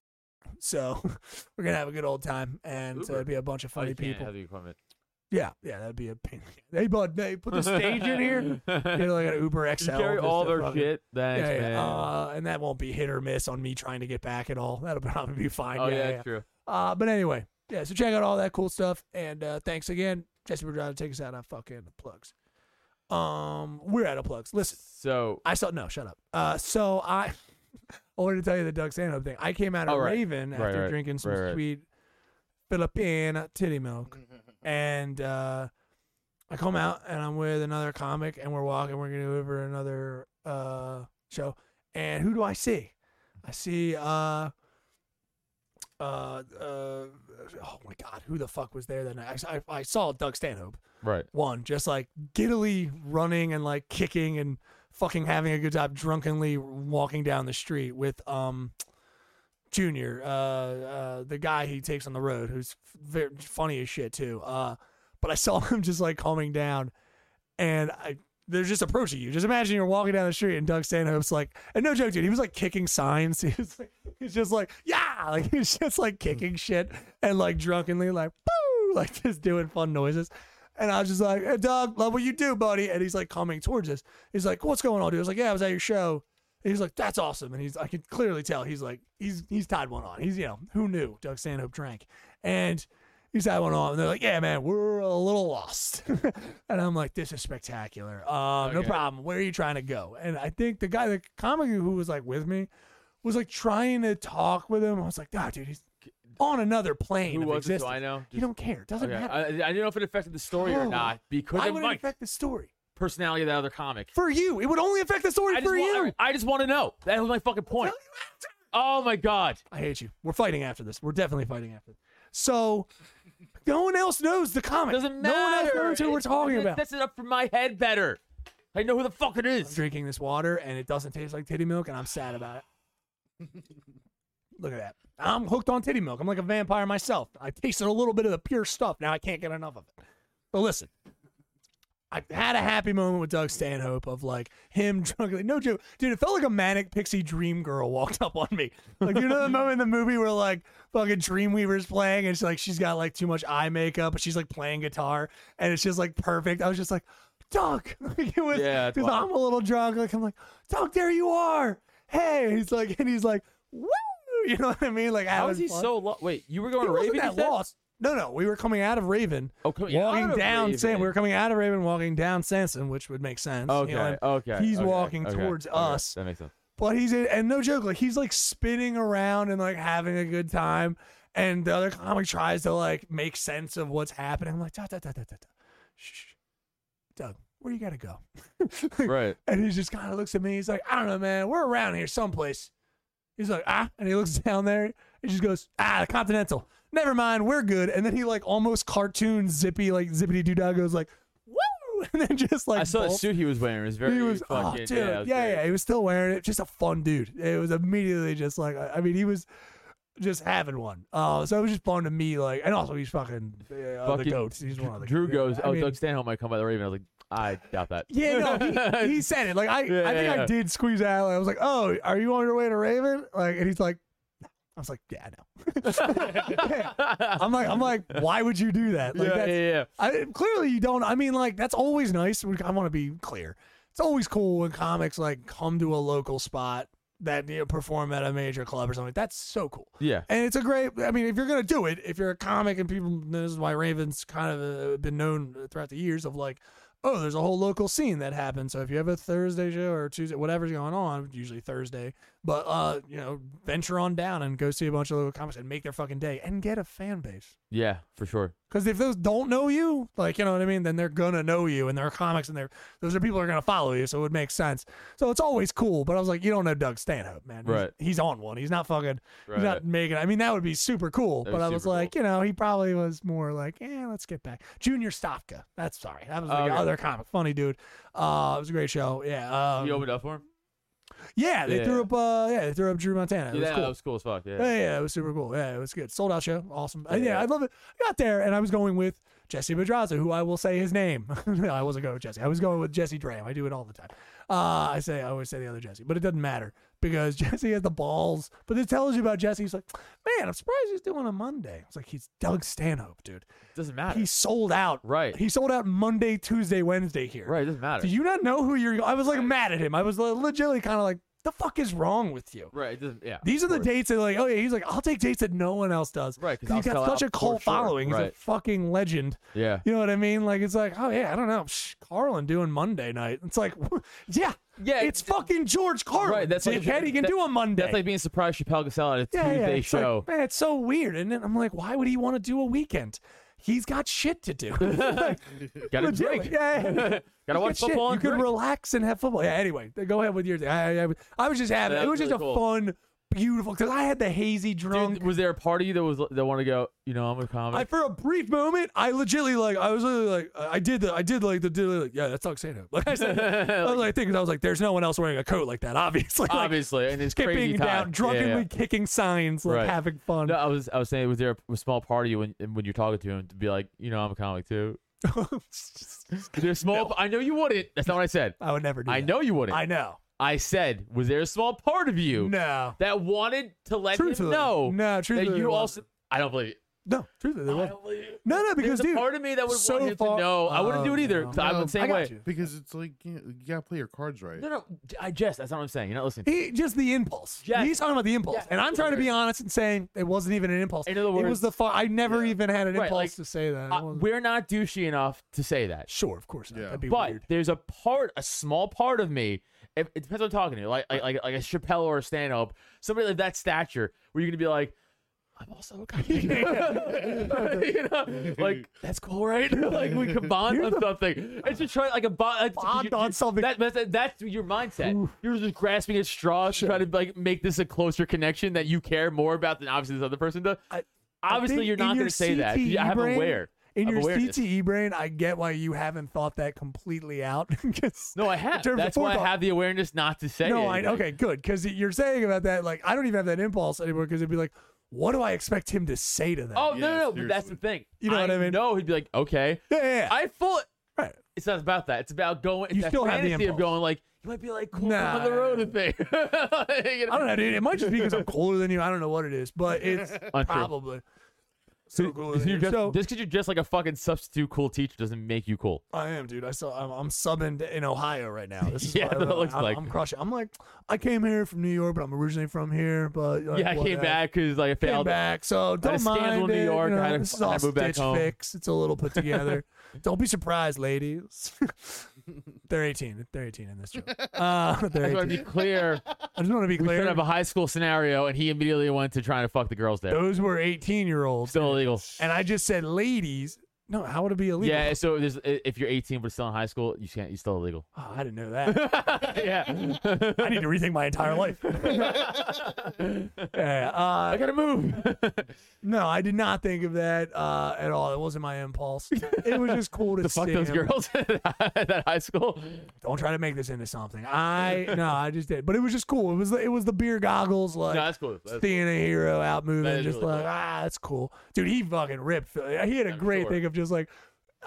Speaker 1: So we're gonna have a good old time, and so
Speaker 2: Uber.
Speaker 1: it'd be a bunch of
Speaker 2: Oh,
Speaker 1: funny
Speaker 2: you can't
Speaker 1: people.
Speaker 2: have the equipment.
Speaker 1: yeah, yeah, that'd be a pain. They bought they put the stage in here. Get like an Uber
Speaker 2: Just
Speaker 1: XL.
Speaker 2: carry
Speaker 1: just
Speaker 2: all
Speaker 1: to
Speaker 2: their
Speaker 1: fucking-
Speaker 2: shit. Thanks,
Speaker 1: yeah, yeah,
Speaker 2: man.
Speaker 1: Uh, and that won't be hit or miss on me trying to get back at all. That'll probably be fine.
Speaker 2: oh yeah,
Speaker 1: yeah, yeah,
Speaker 2: that's
Speaker 1: yeah.
Speaker 2: true.
Speaker 1: Uh, but anyway, yeah. So check out all that cool stuff, and uh, thanks again, Jesse Berdrado. Take us out on fucking plugs. Um, we're out of plugs. Listen,
Speaker 2: So
Speaker 1: I saw no. Shut up. Uh, so I, I wanted to tell you the Doug Stanhope thing. I came out of
Speaker 2: Oh, right.
Speaker 1: Raven
Speaker 2: Right,
Speaker 1: after
Speaker 2: right.
Speaker 1: drinking some
Speaker 2: Right, right.
Speaker 1: sweet Filipina titty milk, and uh, I come out and I'm with another comic, and we're walking. We're gonna go over another uh show, and who do I see? I see uh. Uh, uh, oh my God! Who the fuck was there that night? I, I, I saw Doug Stanhope
Speaker 2: right.
Speaker 1: one just like giddily running and like kicking and fucking having a good time drunkenly walking down the street with um junior uh, uh the guy he takes on the road who's very funny as shit too uh but i saw him just like calming down and i they're just approaching you. Just imagine you're walking down the street and Doug Stanhope's like, and no joke, dude, he was like kicking signs. He was like, he's just like, yeah, like he's just like kicking shit and like drunkenly like, boo, like just doing fun noises. And I was just like, hey, Doug, love what you do, buddy. And he's like coming towards us. He's like, what's going on, dude? I was like, yeah, I was at your show. And he's like, that's awesome. And he's, I could clearly tell he's like, he's, he's tied one on. He's, you know, who knew Doug Stanhope drank. And he's had one on. And they're like, yeah, man, we're a little lost. and I'm like, this is spectacular. Um, No
Speaker 2: Okay.
Speaker 1: problem. Where are you trying to go? And I think the guy, the comic who was like with me, was like trying to talk with him. I was like, nah, dude, he's on another plane.
Speaker 2: Who
Speaker 1: of
Speaker 2: was it? Do
Speaker 1: existence."
Speaker 2: I know?
Speaker 1: You don't care. It doesn't
Speaker 2: Okay.
Speaker 1: matter.
Speaker 2: I, I didn't know if it affected the story or
Speaker 1: Oh.
Speaker 2: not because
Speaker 1: Why
Speaker 2: of
Speaker 1: would it
Speaker 2: Mike
Speaker 1: affect the story?
Speaker 2: personality of that other comic.
Speaker 1: For you. It would only affect the story
Speaker 2: I just
Speaker 1: for
Speaker 2: want,
Speaker 1: you.
Speaker 2: I just want to know. That was my fucking point. Oh my god.
Speaker 1: I hate you. We're fighting after this. We're definitely fighting after this. So no one else knows the comic.
Speaker 2: Doesn't
Speaker 1: No one
Speaker 2: matter.
Speaker 1: else knows who we're
Speaker 2: It-
Speaker 1: talking
Speaker 2: it-
Speaker 1: about.
Speaker 2: That's it up for my head better. I know who the fuck it
Speaker 1: I'm
Speaker 2: is.
Speaker 1: drinking this water and it doesn't taste like titty milk and I'm sad about it. Look at that. I'm hooked on titty milk. I'm like a vampire myself. I tasted a little bit of the pure stuff. Now I can't get enough of it. But listen, I had a happy moment with Doug Stanhope of like him drunkenly. No joke. Dude, it felt like a manic pixie dream girl walked up on me. Like, you know the moment in the movie where like fucking Dreamweaver's playing and she's like, she's got like too much eye makeup, but she's like playing guitar and it's just like perfect. I was just like, Doug. Like, it was,
Speaker 2: Yeah, it's
Speaker 1: because
Speaker 2: wild.
Speaker 1: I'm a little drunk. Like, I'm like, Doug, there you are. Hey. And he's like, and he's like, woo. You know what I mean? Like,
Speaker 2: How
Speaker 1: having
Speaker 2: is he
Speaker 1: fun.
Speaker 2: so lost? Wait, you were going
Speaker 1: He
Speaker 2: to
Speaker 1: wasn't
Speaker 2: Raven?
Speaker 1: that
Speaker 2: you said?
Speaker 1: lost. No, no, we were coming out of Raven,
Speaker 2: Oh, come- yeah, out
Speaker 1: walking
Speaker 2: of
Speaker 1: down San.
Speaker 2: Raven.
Speaker 1: We were coming out of Raven, walking down Sanson, which would make sense. you know,
Speaker 2: Okay.
Speaker 1: and
Speaker 2: okay.
Speaker 1: He's
Speaker 2: okay,
Speaker 1: walking
Speaker 2: okay,
Speaker 1: towards
Speaker 2: okay,
Speaker 1: us.
Speaker 2: That makes sense.
Speaker 1: But he's in, and no joke, like he's like spinning around and like having a good time. And the other comic tries to like make sense of what's happening. I'm like, da da da da da da. Shh, Doug, where you gotta go?
Speaker 2: Right.
Speaker 1: And he just kind of looks at me. He's like, I don't know, man. We're around here someplace. He's like, ah. And he looks down there. He just goes, ah, the Continental. Never mind. We're good. And then he like almost cartoon zippy, like zippity doo dah goes like, woo. And then just like,
Speaker 2: I saw the
Speaker 1: bolts.
Speaker 2: suit he was wearing. It was very
Speaker 1: He was, oh,
Speaker 2: fucking.
Speaker 1: dude, yeah,
Speaker 2: yeah, it
Speaker 1: yeah,
Speaker 2: was great.
Speaker 1: He was still wearing it. Just a fun dude. It was immediately just like, I I mean, he was, just having one. Uh, so it was just fun to me. Like, and also he's fucking uh, the
Speaker 2: Fucking
Speaker 1: goats. He's one of the
Speaker 2: Drew goes,
Speaker 1: I
Speaker 2: "Oh,
Speaker 1: mean-
Speaker 2: Doug Stanhope might come by the Raven." I was like, "I doubt that."
Speaker 1: Yeah, no, he, he said it. Like I,
Speaker 2: Yeah,
Speaker 1: I think
Speaker 2: yeah,
Speaker 1: I
Speaker 2: yeah.
Speaker 1: did squeeze out. I was like, "Oh, are you on your way to Raven?" Like, and he's like, "I was like, yeah, no." I'm like, I'm like, why would you do that? Like,
Speaker 2: yeah,
Speaker 1: that's,
Speaker 2: yeah, yeah.
Speaker 1: I clearly you don't. I mean, like that's always nice. We- I want to be clear. It's always cool when comics like come to a local spot that you know, perform at a major club or something. That's so cool.
Speaker 2: Yeah.
Speaker 1: And it's a great. I mean, if you're gonna do it, if you're a comic and people, this is why Ravens kind of uh, been known throughout the years of like, oh, there's a whole local scene that happens. So if you have a Thursday show or Tuesday, whatever's going on, usually Thursday, but uh, you know, venture on down and go see a bunch of local comics and make their fucking day and get a fan base.
Speaker 2: Yeah, for sure.
Speaker 1: Because if those don't know you, like you know what I mean, then they're gonna know you, and they're comics, and they're those are people who are gonna follow you, so it would make sense. So it's always cool. But I was like, you don't know Doug Stanhope, man. He's-
Speaker 2: Right.
Speaker 1: He's, on one. He's not fucking.
Speaker 2: Right.
Speaker 1: He's not making. I mean, that would be super cool.
Speaker 2: That'd
Speaker 1: But
Speaker 2: be
Speaker 1: I was
Speaker 2: super
Speaker 1: like, you know, he probably was more like, eh, let's get back. Junior Stopka. That's sorry. That was the
Speaker 2: Oh, okay.
Speaker 1: other comic. Funny dude. Uh, it was a great show. Yeah. Um,
Speaker 2: you opened up for him.
Speaker 1: yeah. They
Speaker 2: Yeah.
Speaker 1: threw up. Uh, yeah, they threw up Drew Montana. It was
Speaker 2: yeah,
Speaker 1: cool.
Speaker 2: that was cool as fuck. Yeah.
Speaker 1: Yeah, Oh, yeah, it was super cool. Yeah, it was good. Sold out show. Awesome. Uh, Yeah,
Speaker 2: Yeah.
Speaker 1: I love it. I got there and I was going with Jesse Madraza, who I will say his name. no, I wasn't going with Jesse. I was going with Jesse Dram. I do it all the time. Uh, I say I always say the other Jesse, but it doesn't matter because Jesse has the balls. But it tells you about Jesse. He's like, man, I'm surprised he's doing a Monday. It's like he's Doug Stanhope, dude.
Speaker 2: Doesn't matter.
Speaker 1: He sold out.
Speaker 2: Right.
Speaker 1: He sold out Monday, Tuesday, Wednesday here.
Speaker 2: right. Doesn't matter.
Speaker 1: Do you not know who you're? I was like mad at him. I was like, legitimately kind of like, the fuck is wrong with you?
Speaker 2: right. It doesn't. Yeah.
Speaker 1: These are
Speaker 2: of
Speaker 1: the
Speaker 2: course.
Speaker 1: dates that, like, oh yeah, he's like, I'll take dates that no one else does.
Speaker 2: Right, 'cause
Speaker 1: Because he's
Speaker 2: I'll
Speaker 1: got
Speaker 2: sell
Speaker 1: such a
Speaker 2: out for
Speaker 1: cult
Speaker 2: sure.
Speaker 1: following. He's a
Speaker 2: Right.
Speaker 1: fucking legend.
Speaker 2: Yeah.
Speaker 1: You know what I mean? Like, it's like, oh yeah, I don't know, Psh, Carlin doing Monday night. It's like, yeah,
Speaker 2: Yeah,
Speaker 1: it's
Speaker 2: it-
Speaker 1: fucking George Carlin.
Speaker 2: Right, that's like-
Speaker 1: dickhead. he can
Speaker 2: that-
Speaker 1: do a Monday.
Speaker 2: That's like being surprised Chappelle Gasell at a
Speaker 1: yeah, yeah.
Speaker 2: Tuesday
Speaker 1: It's like,
Speaker 2: show.
Speaker 1: man, it's so weird. And then I'm like, why would he want to do a weekend? He's got shit to do. Like,
Speaker 2: Got to
Speaker 1: legitimately,
Speaker 2: drink.
Speaker 1: Yeah. yeah.
Speaker 2: Got to
Speaker 1: You
Speaker 2: watch
Speaker 1: could shit-
Speaker 2: football.
Speaker 1: You
Speaker 2: and
Speaker 1: could
Speaker 2: drink.
Speaker 1: relax and have football. Yeah. Anyway, th- go ahead with your. thing. I, I, I was just having.
Speaker 2: That
Speaker 1: it was
Speaker 2: was
Speaker 1: just
Speaker 2: really
Speaker 1: a
Speaker 2: cool.
Speaker 1: fun, beautiful. Because I had the hazy drunk.
Speaker 2: Dude, was there a part of you that was that want to go? You know, I'm a comic.
Speaker 1: I for a brief moment, I legitly like I was literally like I I did the I did like the did like yeah that's Doug Stanhope. Like I said, I was like thinking I was like there's no one else wearing a coat like that obviously. Like,
Speaker 2: obviously, and it's crazy
Speaker 1: skipping
Speaker 2: time.
Speaker 1: down,
Speaker 2: Yeah, yeah.
Speaker 1: drunkenly kicking signs, like
Speaker 2: Right.
Speaker 1: having fun.
Speaker 2: No, I was I was saying, was there a small part of you when when you're talking to him to be like, you know, I'm a comic too? Is there a small? I know you wouldn't. That's not what I said.
Speaker 1: I would never do.
Speaker 2: I
Speaker 1: that.
Speaker 2: know you wouldn't.
Speaker 1: I know.
Speaker 2: I said, was there a small part of you
Speaker 1: No.
Speaker 2: that wanted to let
Speaker 1: Truthfully.
Speaker 2: him know
Speaker 1: No,
Speaker 2: that
Speaker 1: truthfully,
Speaker 2: you
Speaker 1: there
Speaker 2: also? I don't believe.
Speaker 1: No, truthfully, there
Speaker 2: I
Speaker 1: wasn't.
Speaker 2: don't believe. it.
Speaker 1: No, no, because
Speaker 2: There's
Speaker 1: dude,
Speaker 2: a part of me that would
Speaker 1: so
Speaker 2: want him
Speaker 1: far-
Speaker 2: to know. I wouldn't do
Speaker 1: Oh,
Speaker 2: it either.
Speaker 1: no.
Speaker 2: 'cause I'm
Speaker 3: No,
Speaker 2: the same
Speaker 1: I got
Speaker 2: way.
Speaker 1: you.
Speaker 3: because it's like you, know, you gotta play your cards right.
Speaker 2: No, no, I jest. That's not what I'm saying. You're not listening.
Speaker 1: He, just the impulse.
Speaker 2: Yes.
Speaker 1: He's talking about the impulse,
Speaker 2: Yes,
Speaker 1: and I'm trying to be honest and saying it wasn't even an impulse.
Speaker 2: In other
Speaker 1: it was
Speaker 2: words-
Speaker 1: the fu- I never even had an
Speaker 2: Right,
Speaker 1: impulse
Speaker 2: like,
Speaker 1: to say that. It
Speaker 2: Uh,
Speaker 1: wasn't-
Speaker 2: we're not douchey enough to say that.
Speaker 1: sure, of course not.
Speaker 3: Yeah.
Speaker 1: That'd be
Speaker 2: but
Speaker 1: weird.
Speaker 2: there's a part, a small part of me. It, it depends on talking to, like like like, like a Chappelle or a Stanhope, somebody of that stature, where you're gonna be like, I'm also a guy, you know, like that's cool, right? like we can bond on something. It's just trying like a bond, like,
Speaker 1: Bond
Speaker 2: you-
Speaker 1: on
Speaker 2: you-
Speaker 1: something.
Speaker 2: That, that's, that's your mindset. You're just grasping at straws, trying to like make this a closer connection that you care more about than obviously this other person does.
Speaker 1: I- I
Speaker 2: obviously,
Speaker 1: think
Speaker 2: you're
Speaker 1: in
Speaker 2: not
Speaker 1: your
Speaker 2: gonna say that.
Speaker 1: CTE
Speaker 2: I have
Speaker 1: brain-
Speaker 2: aware.
Speaker 1: In
Speaker 2: of
Speaker 1: your E
Speaker 2: awareness.
Speaker 1: CTE brain, I get why you haven't thought that completely out. 'Cause
Speaker 2: No, I
Speaker 1: in
Speaker 2: have.
Speaker 1: terms of
Speaker 2: That's why I
Speaker 1: forethought-
Speaker 2: have the awareness not to say
Speaker 1: No,
Speaker 2: it.
Speaker 1: I
Speaker 2: Like,
Speaker 1: okay, good. Because you're saying about that, like I don't even have that impulse anymore. Because it'd be like, what do I expect him to say to that?
Speaker 2: Oh
Speaker 3: Yeah,
Speaker 2: no, no, no, but that's the
Speaker 3: seriously.
Speaker 2: thing.
Speaker 1: You know what I mean?
Speaker 2: No, he'd be like, okay,
Speaker 1: yeah, yeah, yeah.
Speaker 2: I full.
Speaker 1: right.
Speaker 2: It's not about that. It's about going. It's
Speaker 1: You
Speaker 2: that
Speaker 1: still have the
Speaker 2: fantasy of
Speaker 1: impulse.
Speaker 2: going like you might be like cool
Speaker 1: Nah.
Speaker 2: on the road a thing.
Speaker 1: I don't know, dude. It might just be because I'm cooler than you. I don't know what it is, but it's
Speaker 2: Untrue.
Speaker 1: probably. So
Speaker 2: So,
Speaker 1: cool.
Speaker 2: so you're just,
Speaker 1: So-
Speaker 2: just because you're just like a fucking substitute cool teacher doesn't make you cool.
Speaker 1: I am, dude. I saw. I'm, I'm subbing to- in Ohio right now. This is
Speaker 2: Yeah,
Speaker 1: what I-
Speaker 2: that's what it looks
Speaker 1: I'm,
Speaker 2: like.
Speaker 1: I'm crushing. I'm like, I came here from New York, but I'm originally from here. But like,
Speaker 2: yeah, I came
Speaker 1: whatever.
Speaker 2: back because like I
Speaker 1: Came
Speaker 2: failed.
Speaker 1: back. So
Speaker 2: a
Speaker 1: don't
Speaker 2: scandal in
Speaker 1: mind
Speaker 2: New
Speaker 1: it,
Speaker 2: York,
Speaker 1: You know,
Speaker 2: I had a-
Speaker 1: this is
Speaker 2: I
Speaker 1: all
Speaker 2: moved back
Speaker 1: stitch
Speaker 2: home.
Speaker 1: fix. It's a little put together. don't be surprised, ladies. they're 18. They're 18 in this joke. Uh,
Speaker 2: I
Speaker 1: they're
Speaker 2: just
Speaker 1: 18.
Speaker 2: want to be clear.
Speaker 1: I just want to be
Speaker 2: we should
Speaker 1: clear.
Speaker 2: have a high school scenario, and he immediately went to trying to fuck the girls there.
Speaker 1: Those were 18 year olds,
Speaker 2: Still illegal.
Speaker 1: and I just said ladies. No, how would it be illegal?
Speaker 2: Yeah, so there's, i- if you're 18 but still in high school, you can't. You're still illegal.
Speaker 1: Oh, I didn't know that.
Speaker 2: yeah.
Speaker 1: I need to rethink my entire life. Yeah,
Speaker 2: I
Speaker 1: uh,
Speaker 2: gotta move.
Speaker 1: no, I did not think of that uh, at all. It wasn't my impulse. It was just cool to
Speaker 2: the fuck those
Speaker 1: stamp.
Speaker 2: girls at that high school.
Speaker 1: Don't try to make this into something. I no, I just did, but it was just cool. It was the, it was the beer goggles like.
Speaker 2: No, that's cool. That's,
Speaker 1: being a hero out
Speaker 2: That
Speaker 1: moving,
Speaker 2: is
Speaker 1: just
Speaker 2: really
Speaker 1: like
Speaker 2: cool.
Speaker 1: ah, that's cool, dude. He fucking ripped. He had a
Speaker 2: I'm
Speaker 1: great
Speaker 2: sure.
Speaker 1: thing of just like,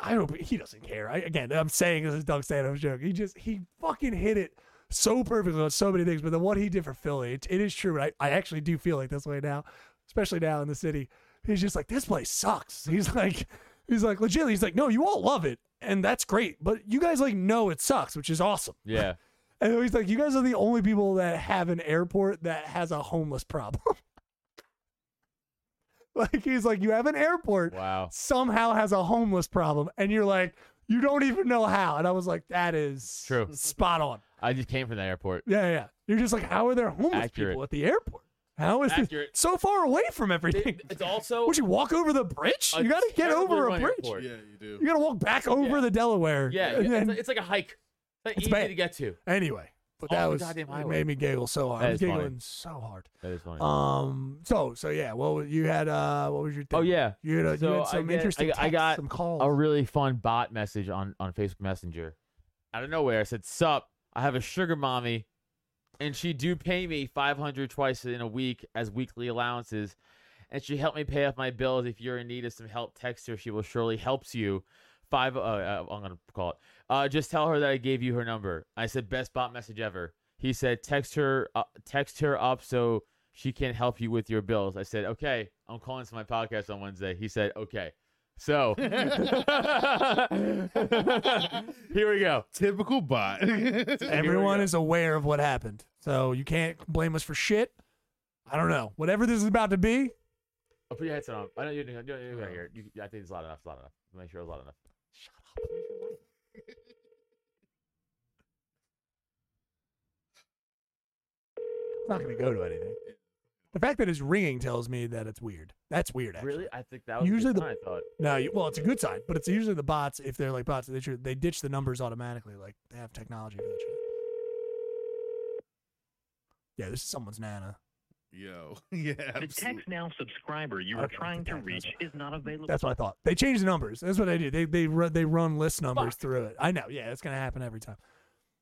Speaker 1: I hope he doesn't care. I, again, I'm saying this is Doug Stanhope's joke. He just he fucking hit it so perfectly on so many things. But then what he did for Philly, it, it is true. And I, I actually do feel like this way now, especially now in the city. He's just like this place sucks. He's like, he's like legit. He's like, no, you all love it, and that's great. But you guys like know it sucks, which is awesome.
Speaker 2: yeah.
Speaker 1: And he's like, you guys are the only people that have an airport that has a homeless problem. like, he's like, you have an airport
Speaker 2: Wow.
Speaker 1: somehow has a homeless problem. And you're like, you don't even know how. And I was like, that is
Speaker 2: True.
Speaker 1: spot on.
Speaker 2: I just came from that airport.
Speaker 1: Yeah, yeah. You're just like, how are there homeless
Speaker 2: Accurate.
Speaker 1: people at the airport? How is this
Speaker 2: Accurate.
Speaker 1: so far away from everything?
Speaker 2: It- It's also
Speaker 1: Would you walk over the bridge?
Speaker 2: a
Speaker 1: You got to get
Speaker 2: terribly
Speaker 1: over a
Speaker 2: run
Speaker 1: bridge.
Speaker 2: airport.
Speaker 3: Yeah, you do.
Speaker 1: You got to walk back over
Speaker 2: Yeah.
Speaker 1: the Delaware.
Speaker 2: Yeah,
Speaker 1: And
Speaker 2: yeah,
Speaker 1: then-
Speaker 2: it's, it's like a hike. It's,
Speaker 1: It's
Speaker 2: easy
Speaker 1: bad.
Speaker 2: to get to.
Speaker 1: Anyway, but that
Speaker 2: Off the
Speaker 1: was
Speaker 2: goddamn
Speaker 1: it
Speaker 2: highway.
Speaker 1: made me giggle so hard.
Speaker 2: That
Speaker 1: I was
Speaker 2: is funny.
Speaker 1: giggling so hard.
Speaker 2: That is funny.
Speaker 1: Um. So so yeah. What was, you had? Uh. What was your? Thing?
Speaker 2: Oh, yeah.
Speaker 1: You had, a, you
Speaker 2: So
Speaker 1: had
Speaker 2: I
Speaker 1: some
Speaker 2: get-
Speaker 1: interesting.
Speaker 2: I- I
Speaker 1: texts,
Speaker 2: got
Speaker 1: some calls.
Speaker 2: a really fun bot message on on Facebook Messenger. Out of nowhere, it said, "Sup, I have a sugar mommy, and she do pay me five hundred twice in a week as weekly allowances, and she helped me pay off my bills. If you're in need of some help, text her. She will surely helps you." Five. Uh, uh, I'm gonna call it. Uh, just tell her that I gave you her number. I said best bot message ever. He said text her, uh, text her up so she can help you with your bills. I said okay. I'm calling to my podcast on Wednesday. He said okay. So here we go.
Speaker 3: Typical bot.
Speaker 1: Everyone
Speaker 2: go.
Speaker 1: is aware of what happened, so you can't blame us for shit. I don't know. Whatever this is about to be,
Speaker 2: I'll Oh, put your headset on. I don't. You you you you
Speaker 1: Oh.
Speaker 2: right here. You, I think it's loud enough. It's loud enough. Make sure it's loud enough.
Speaker 1: it's not going to go to anything. The fact that it's ringing tells me that it's weird. That's weird. Actually.
Speaker 2: Really? I think that was
Speaker 1: Usually
Speaker 2: usually
Speaker 1: the-
Speaker 2: the time, I thought.
Speaker 1: No, you, well, it's a good sign, but it's usually the bots. If they're like bots, they tr- they ditch the numbers automatically. Like they have technology for that shit. Yeah, this is someone's nana.
Speaker 3: Yo. Yeah.
Speaker 4: The
Speaker 3: absolutely.
Speaker 4: text now subscriber you are
Speaker 1: Okay,
Speaker 4: trying to
Speaker 1: that's
Speaker 4: reach
Speaker 1: right.
Speaker 4: is not available.
Speaker 1: That's what I thought. They change the numbers. That's what they do. They they run, they run list numbers through it. I know. Yeah, it's gonna happen every time.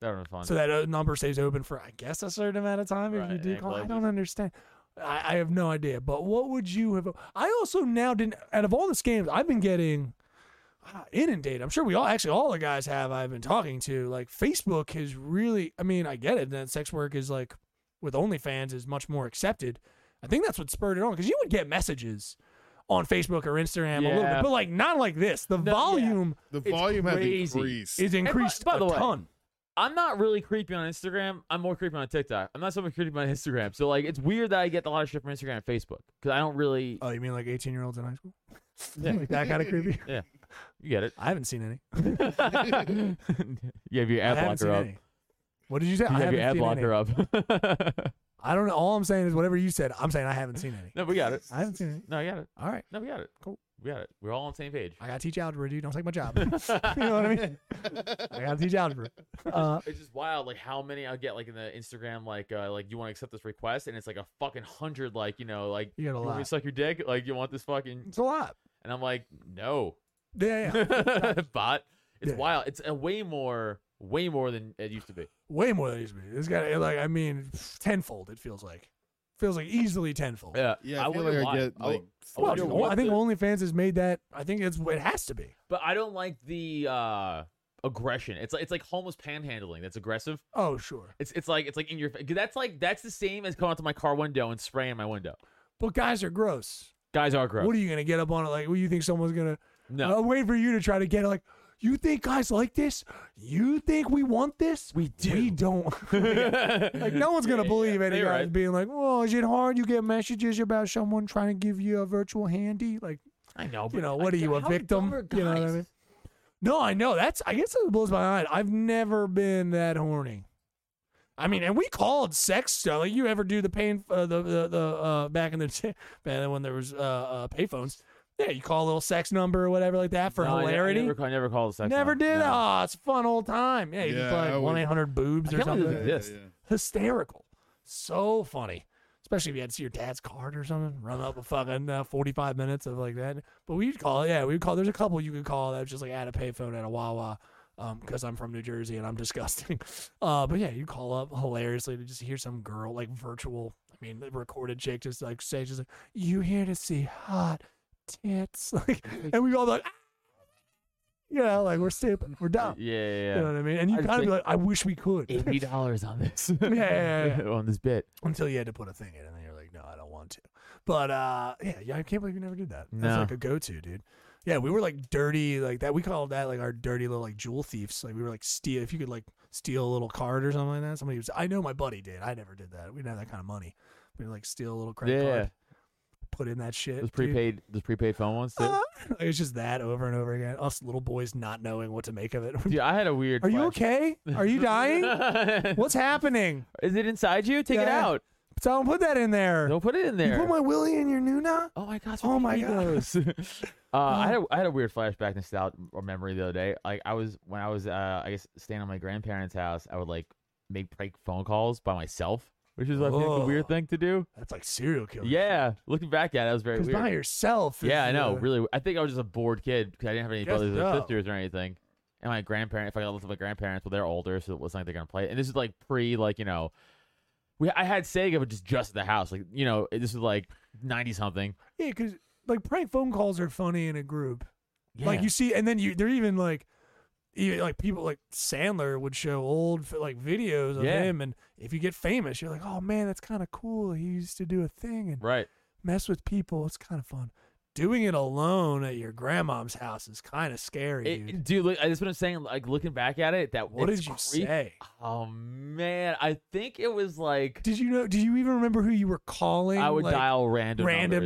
Speaker 2: That one was fun.
Speaker 1: So that uh, number stays open for I guess a certain amount of time if
Speaker 2: Right,
Speaker 1: you
Speaker 2: and
Speaker 1: do
Speaker 2: it
Speaker 1: call. I don't
Speaker 2: closes.
Speaker 1: understand. I, I have no idea. But what would you have? I also now didn't. Out of all the scams, I've been getting uh, inundated. I'm sure we all actually all the guys have. I've been talking to like Facebook has really. I mean, I get it that sex work is like with OnlyFans is much more accepted. I think that's what spurred it on because you would get messages on Facebook or Instagram a little bit,
Speaker 2: Yeah.
Speaker 1: but like not like this. The
Speaker 2: yeah.
Speaker 1: volume
Speaker 3: The
Speaker 2: It's
Speaker 3: volume has
Speaker 2: crazy.
Speaker 3: increased.
Speaker 1: is increased
Speaker 2: by the
Speaker 1: a
Speaker 2: way,
Speaker 1: ton.
Speaker 2: I'm not really creepy on Instagram. I'm more creepy on TikTok. I'm not so much creepy on Instagram. So like, it's weird that I get a lot of shit from Instagram and Facebook because I don't really.
Speaker 1: Oh, you mean like 18 year olds in high school?
Speaker 2: Yeah.
Speaker 1: like that kind of creepy.
Speaker 2: You get it.
Speaker 1: I haven't seen any.
Speaker 2: you have your
Speaker 1: I
Speaker 2: ad
Speaker 1: haven't seen
Speaker 2: blocker up.
Speaker 1: any. What did you say?
Speaker 2: You
Speaker 1: I
Speaker 2: have
Speaker 1: haven't
Speaker 2: your ad
Speaker 1: seen
Speaker 2: blocker
Speaker 1: any.
Speaker 2: up.
Speaker 1: I don't know. All I'm saying is whatever you said. I'm saying I haven't seen any.
Speaker 2: no, we got it.
Speaker 1: I haven't seen any.
Speaker 2: No, I got it.
Speaker 1: All right.
Speaker 2: No, we got it. Cool. We got it. We're all on the same page.
Speaker 1: I gotta teach algebra, dude. Don't take my job. you know what I mean? I gotta teach algebra. Uh,
Speaker 2: it's just wild like how many i get like in the instagram like uh like you want to accept this request and it's like a fucking hundred like you know like
Speaker 1: You got a
Speaker 2: want me
Speaker 1: lot. Mm.
Speaker 2: to suck your dick like you want this fucking
Speaker 1: it's a lot.
Speaker 2: and i'm like no
Speaker 1: Yeah, yeah.
Speaker 2: but it's
Speaker 1: Yeah.
Speaker 2: wild it's a way more way more than it used to be
Speaker 1: Way more than it used to be. It's got like I mean, tenfold. It feels like. Feels like easily tenfold.
Speaker 2: yeah
Speaker 3: yeah, I, feel
Speaker 2: wonder
Speaker 3: like I
Speaker 2: why.
Speaker 3: get
Speaker 2: I would-
Speaker 3: like
Speaker 2: I
Speaker 1: Well,
Speaker 2: wonder
Speaker 1: dude,
Speaker 2: what
Speaker 1: I think
Speaker 2: the-
Speaker 1: OnlyFans has made that. I think it's it has to be.
Speaker 2: but i don't like the uh aggression it's like it's like homeless panhandling that's aggressive
Speaker 1: Oh, sure.
Speaker 2: it's it's like it's like in your fa- that's like that's the same as coming out to my car window and spraying my window
Speaker 1: But guys are gross.
Speaker 2: guys are gross
Speaker 1: What are you gonna get up on it? Like, what you think someone's gonna?
Speaker 2: no
Speaker 1: I'll wait for you to try to get it. Like, you think guys like this? You think we want this? We do. We don't. like, no one's going to
Speaker 2: Yeah,
Speaker 1: believe
Speaker 2: yeah,
Speaker 1: any
Speaker 2: you're
Speaker 1: guys
Speaker 2: right.
Speaker 1: being like, well, is it hard? You get messages about someone trying to give you a virtual handy? Like,
Speaker 2: i know
Speaker 1: you
Speaker 2: but
Speaker 1: know, what are you, a
Speaker 2: how dumb are
Speaker 1: victim? You know what I
Speaker 2: guys?
Speaker 1: mean? No, I know. That's, I guess it blows my mind. I've never been that horny. I mean, and we called sex stuff. Like, you ever do the pain, uh, the, the, the, uh, back in the, day, man, when there was, uh, uh payphones. Yeah, you call a little sex number or whatever like that for
Speaker 2: No, I ne- I
Speaker 1: hilarity.
Speaker 2: never, ca- I never called a sex.
Speaker 1: Never
Speaker 2: line.
Speaker 1: did.
Speaker 2: No.
Speaker 1: Oh, it's a fun old time. Yeah, you
Speaker 3: Yeah,
Speaker 1: just
Speaker 3: I
Speaker 1: like
Speaker 3: would-
Speaker 1: one eight hundred boobs
Speaker 2: I
Speaker 1: or
Speaker 2: can't believe
Speaker 1: something.
Speaker 2: they did Yes.
Speaker 1: Hysterical. So funny. Especially if you had to see your dad's card or something, run up a fucking uh, forty five minutes of like that. But we'd call, yeah, we'd call. There's a couple you could call that was just like at a payphone at a Wawa, um, because I'm from New Jersey and I'm disgusting. Uh, but yeah, you call up hilariously to just hear some girl like virtual. I mean, the recorded chick just like say, just like, "You here to see hot tits?" Like, and we all like, ah! you know, like we're stupid, we're dumb.
Speaker 2: Yeah, yeah,
Speaker 1: You know
Speaker 2: yeah.
Speaker 1: what I mean? And you
Speaker 2: I
Speaker 1: kind
Speaker 2: just
Speaker 1: of be
Speaker 2: think-
Speaker 1: like, I wish we could.
Speaker 2: Eighty dollars on this.
Speaker 1: yeah, yeah.
Speaker 2: on this bit.
Speaker 1: Until you had to put a thing in, and then you're like, no, I don't want to. But uh, yeah, yeah, I can't believe you never did that. That's
Speaker 2: No.
Speaker 1: like a go-to, dude. Yeah, we were like dirty, like that. We called that like our dirty little like jewel thieves. Like we were like steal. If you could like steal a little card or something like that, somebody was. I know my buddy did. I never did that. We didn't have that kind of money. We like steal a little credit
Speaker 2: Yeah,
Speaker 1: card, put in that shit.
Speaker 2: Those
Speaker 1: dude.
Speaker 2: prepaid, those prepaid phone ones. Too.
Speaker 1: Uh, it was just that over and over again. Us little boys not knowing what to make of it.
Speaker 2: Dude, I had a weird.
Speaker 1: Are you
Speaker 2: flash-
Speaker 1: okay? Are you dying? What's happening?
Speaker 2: Is it inside you? Take it
Speaker 1: Yeah.
Speaker 2: out.
Speaker 1: Don't put that in there.
Speaker 2: Don't put it in
Speaker 1: You
Speaker 2: there.
Speaker 1: put my willy in your Nuna?
Speaker 2: oh my gosh.
Speaker 1: Oh my Oh.
Speaker 2: god. uh, I had a, I had a weird flashback nostalgia or memory the other day. Like I was when I was uh, I guess staying at my grandparents' house, I would like make prank phone calls by myself, which is I think, like, a
Speaker 1: Whoa.
Speaker 2: weird thing to do.
Speaker 1: That's like serial killer.
Speaker 2: Yeah, looking back at it, it was very
Speaker 1: Because
Speaker 2: weird.
Speaker 1: by yourself. is,
Speaker 2: Yeah, I know.
Speaker 1: uh,
Speaker 2: Really, I think I was just a bored kid because I didn't have any
Speaker 1: Guess
Speaker 2: brothers or
Speaker 1: so.
Speaker 2: sisters or anything. And my grandparents, if I got left with my grandparents, well, they're older, so it wasn't like they're gonna play. it. And this is like pre, like you know, we I had Sega, but just just the house, like you know, this is like ninety something.
Speaker 1: Yeah, because like prank phone calls are funny in a group.
Speaker 2: Yeah.
Speaker 1: Like you see, and then you they're even like, even, like people like Sandler would show old like videos of
Speaker 2: Yeah.
Speaker 1: him, and if you get famous, you're like, oh man, that's kind of cool. He used to do a thing and
Speaker 2: right.
Speaker 1: mess with people. It's kind of fun. Doing it alone at your grandmom's house is kind of scary.
Speaker 2: It-
Speaker 1: dude.
Speaker 2: It, dude, look, that's what I'm saying. Like looking back at it, that
Speaker 1: What
Speaker 2: it's
Speaker 1: did you
Speaker 2: creep-
Speaker 1: say?
Speaker 2: Oh man, I think it was like
Speaker 1: Did you know? Do you even remember who you were calling?
Speaker 2: I would
Speaker 1: like,
Speaker 2: dial random
Speaker 1: random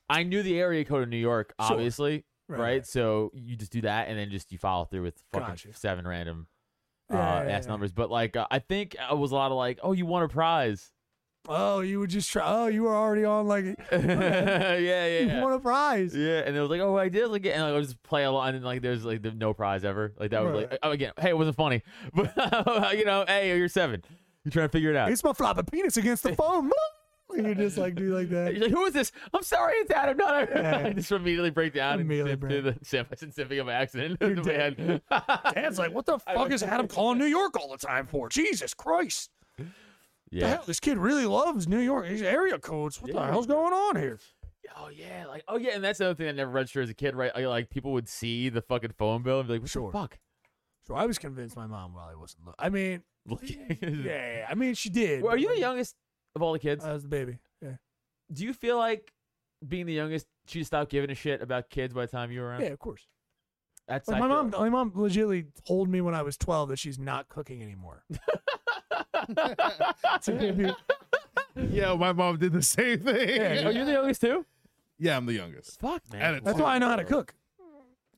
Speaker 1: numbers.
Speaker 2: I knew the area code of New York,
Speaker 1: Sure.
Speaker 2: obviously,
Speaker 1: Right,
Speaker 2: right,
Speaker 1: right.
Speaker 2: So you just do that, and then just you follow through with fucking
Speaker 1: Gotcha.
Speaker 2: seven random uh,
Speaker 1: Yeah, yeah,
Speaker 2: ass
Speaker 1: yeah.
Speaker 2: numbers. But like, uh, I think I was a lot of like, oh, you won a prize.
Speaker 1: Oh, you would just try. Oh, you were already on like
Speaker 2: yeah, yeah,
Speaker 1: you
Speaker 2: yeah.
Speaker 1: won a prize.
Speaker 2: Yeah, and it was like, oh, I did like, it, and like, I would just play along, and like, there's like the, no prize ever, like that was
Speaker 1: Right.
Speaker 2: like, oh, again, hey, it wasn't funny, but you know, hey, you're seven, you're trying to figure it out.
Speaker 1: It's my flopping penis against the phone. and you just like do like that.
Speaker 2: You're like, who is this? I'm sorry, it's Adam. No, no.
Speaker 1: Yeah.
Speaker 2: I just immediately break down
Speaker 1: Immediately
Speaker 2: and sip to the sip. I said sipping of accident.
Speaker 1: You're
Speaker 2: The
Speaker 1: dead.
Speaker 2: man.
Speaker 1: Dad's like, what the fuck is Adam calling New York all the time for? Jesus Christ! The
Speaker 2: yeah.
Speaker 1: hell, this kid really loves New York. These area codes. What the
Speaker 2: Yeah.
Speaker 1: hell's going on here?
Speaker 2: Oh yeah. Like oh yeah. And that's another thing I never registered as a kid. Right. Like, like, people would see the fucking phone bill and be like, what
Speaker 1: Sure.
Speaker 2: the fuck?
Speaker 1: So I was convinced my mom probably wasn't. Look- I mean,
Speaker 2: Like,
Speaker 1: yeah, I mean she did.
Speaker 2: Well, are
Speaker 1: but,
Speaker 2: you the
Speaker 1: like, uh,
Speaker 2: youngest of all the kids?
Speaker 1: I was the baby. Yeah,
Speaker 2: Do you feel like being the youngest, she stopped giving a shit about kids by the time you were around?
Speaker 1: yeah, of course.
Speaker 2: That's
Speaker 1: Like
Speaker 2: I
Speaker 1: my
Speaker 2: feel
Speaker 1: mom, my mom legitly told me when I was twelve that she's not cooking anymore. To give you-
Speaker 3: yeah, my mom did the same thing.
Speaker 2: Hey,
Speaker 3: Yeah,
Speaker 2: Are you the youngest too?
Speaker 3: I'm the youngest.
Speaker 2: Fuck
Speaker 3: At a
Speaker 2: man.
Speaker 3: time.
Speaker 1: That's why I know how to cook.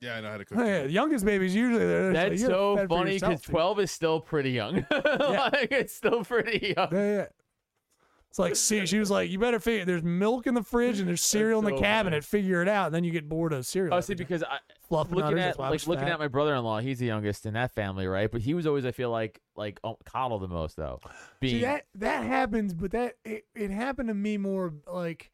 Speaker 3: Yeah, I know how to cook.
Speaker 1: Yeah, the youngest babies usually they're just like,
Speaker 2: That's
Speaker 1: "You're
Speaker 2: so
Speaker 1: fed for
Speaker 2: funny
Speaker 1: yourself,
Speaker 2: because
Speaker 1: dude."
Speaker 2: twelve is still pretty young. like it's still pretty young.
Speaker 1: Yeah, yeah. It's like, see, she was like, you better figure. There's milk in the fridge and there's cereal in the
Speaker 2: so
Speaker 1: cabinet. Figure it out. And then you get bored of cereal.
Speaker 2: Oh,
Speaker 1: every
Speaker 2: see,
Speaker 1: day.
Speaker 2: because I
Speaker 1: Fluff and
Speaker 2: looking
Speaker 1: Nutters, that's
Speaker 2: at
Speaker 1: why I
Speaker 2: like
Speaker 1: was
Speaker 2: looking
Speaker 1: fat.
Speaker 2: at my brother-in-law, he's the youngest in that family, right? But he was always, I feel like, like oh, coddled the most though. Being
Speaker 1: See, that that happens, but that it, it happened to me more like.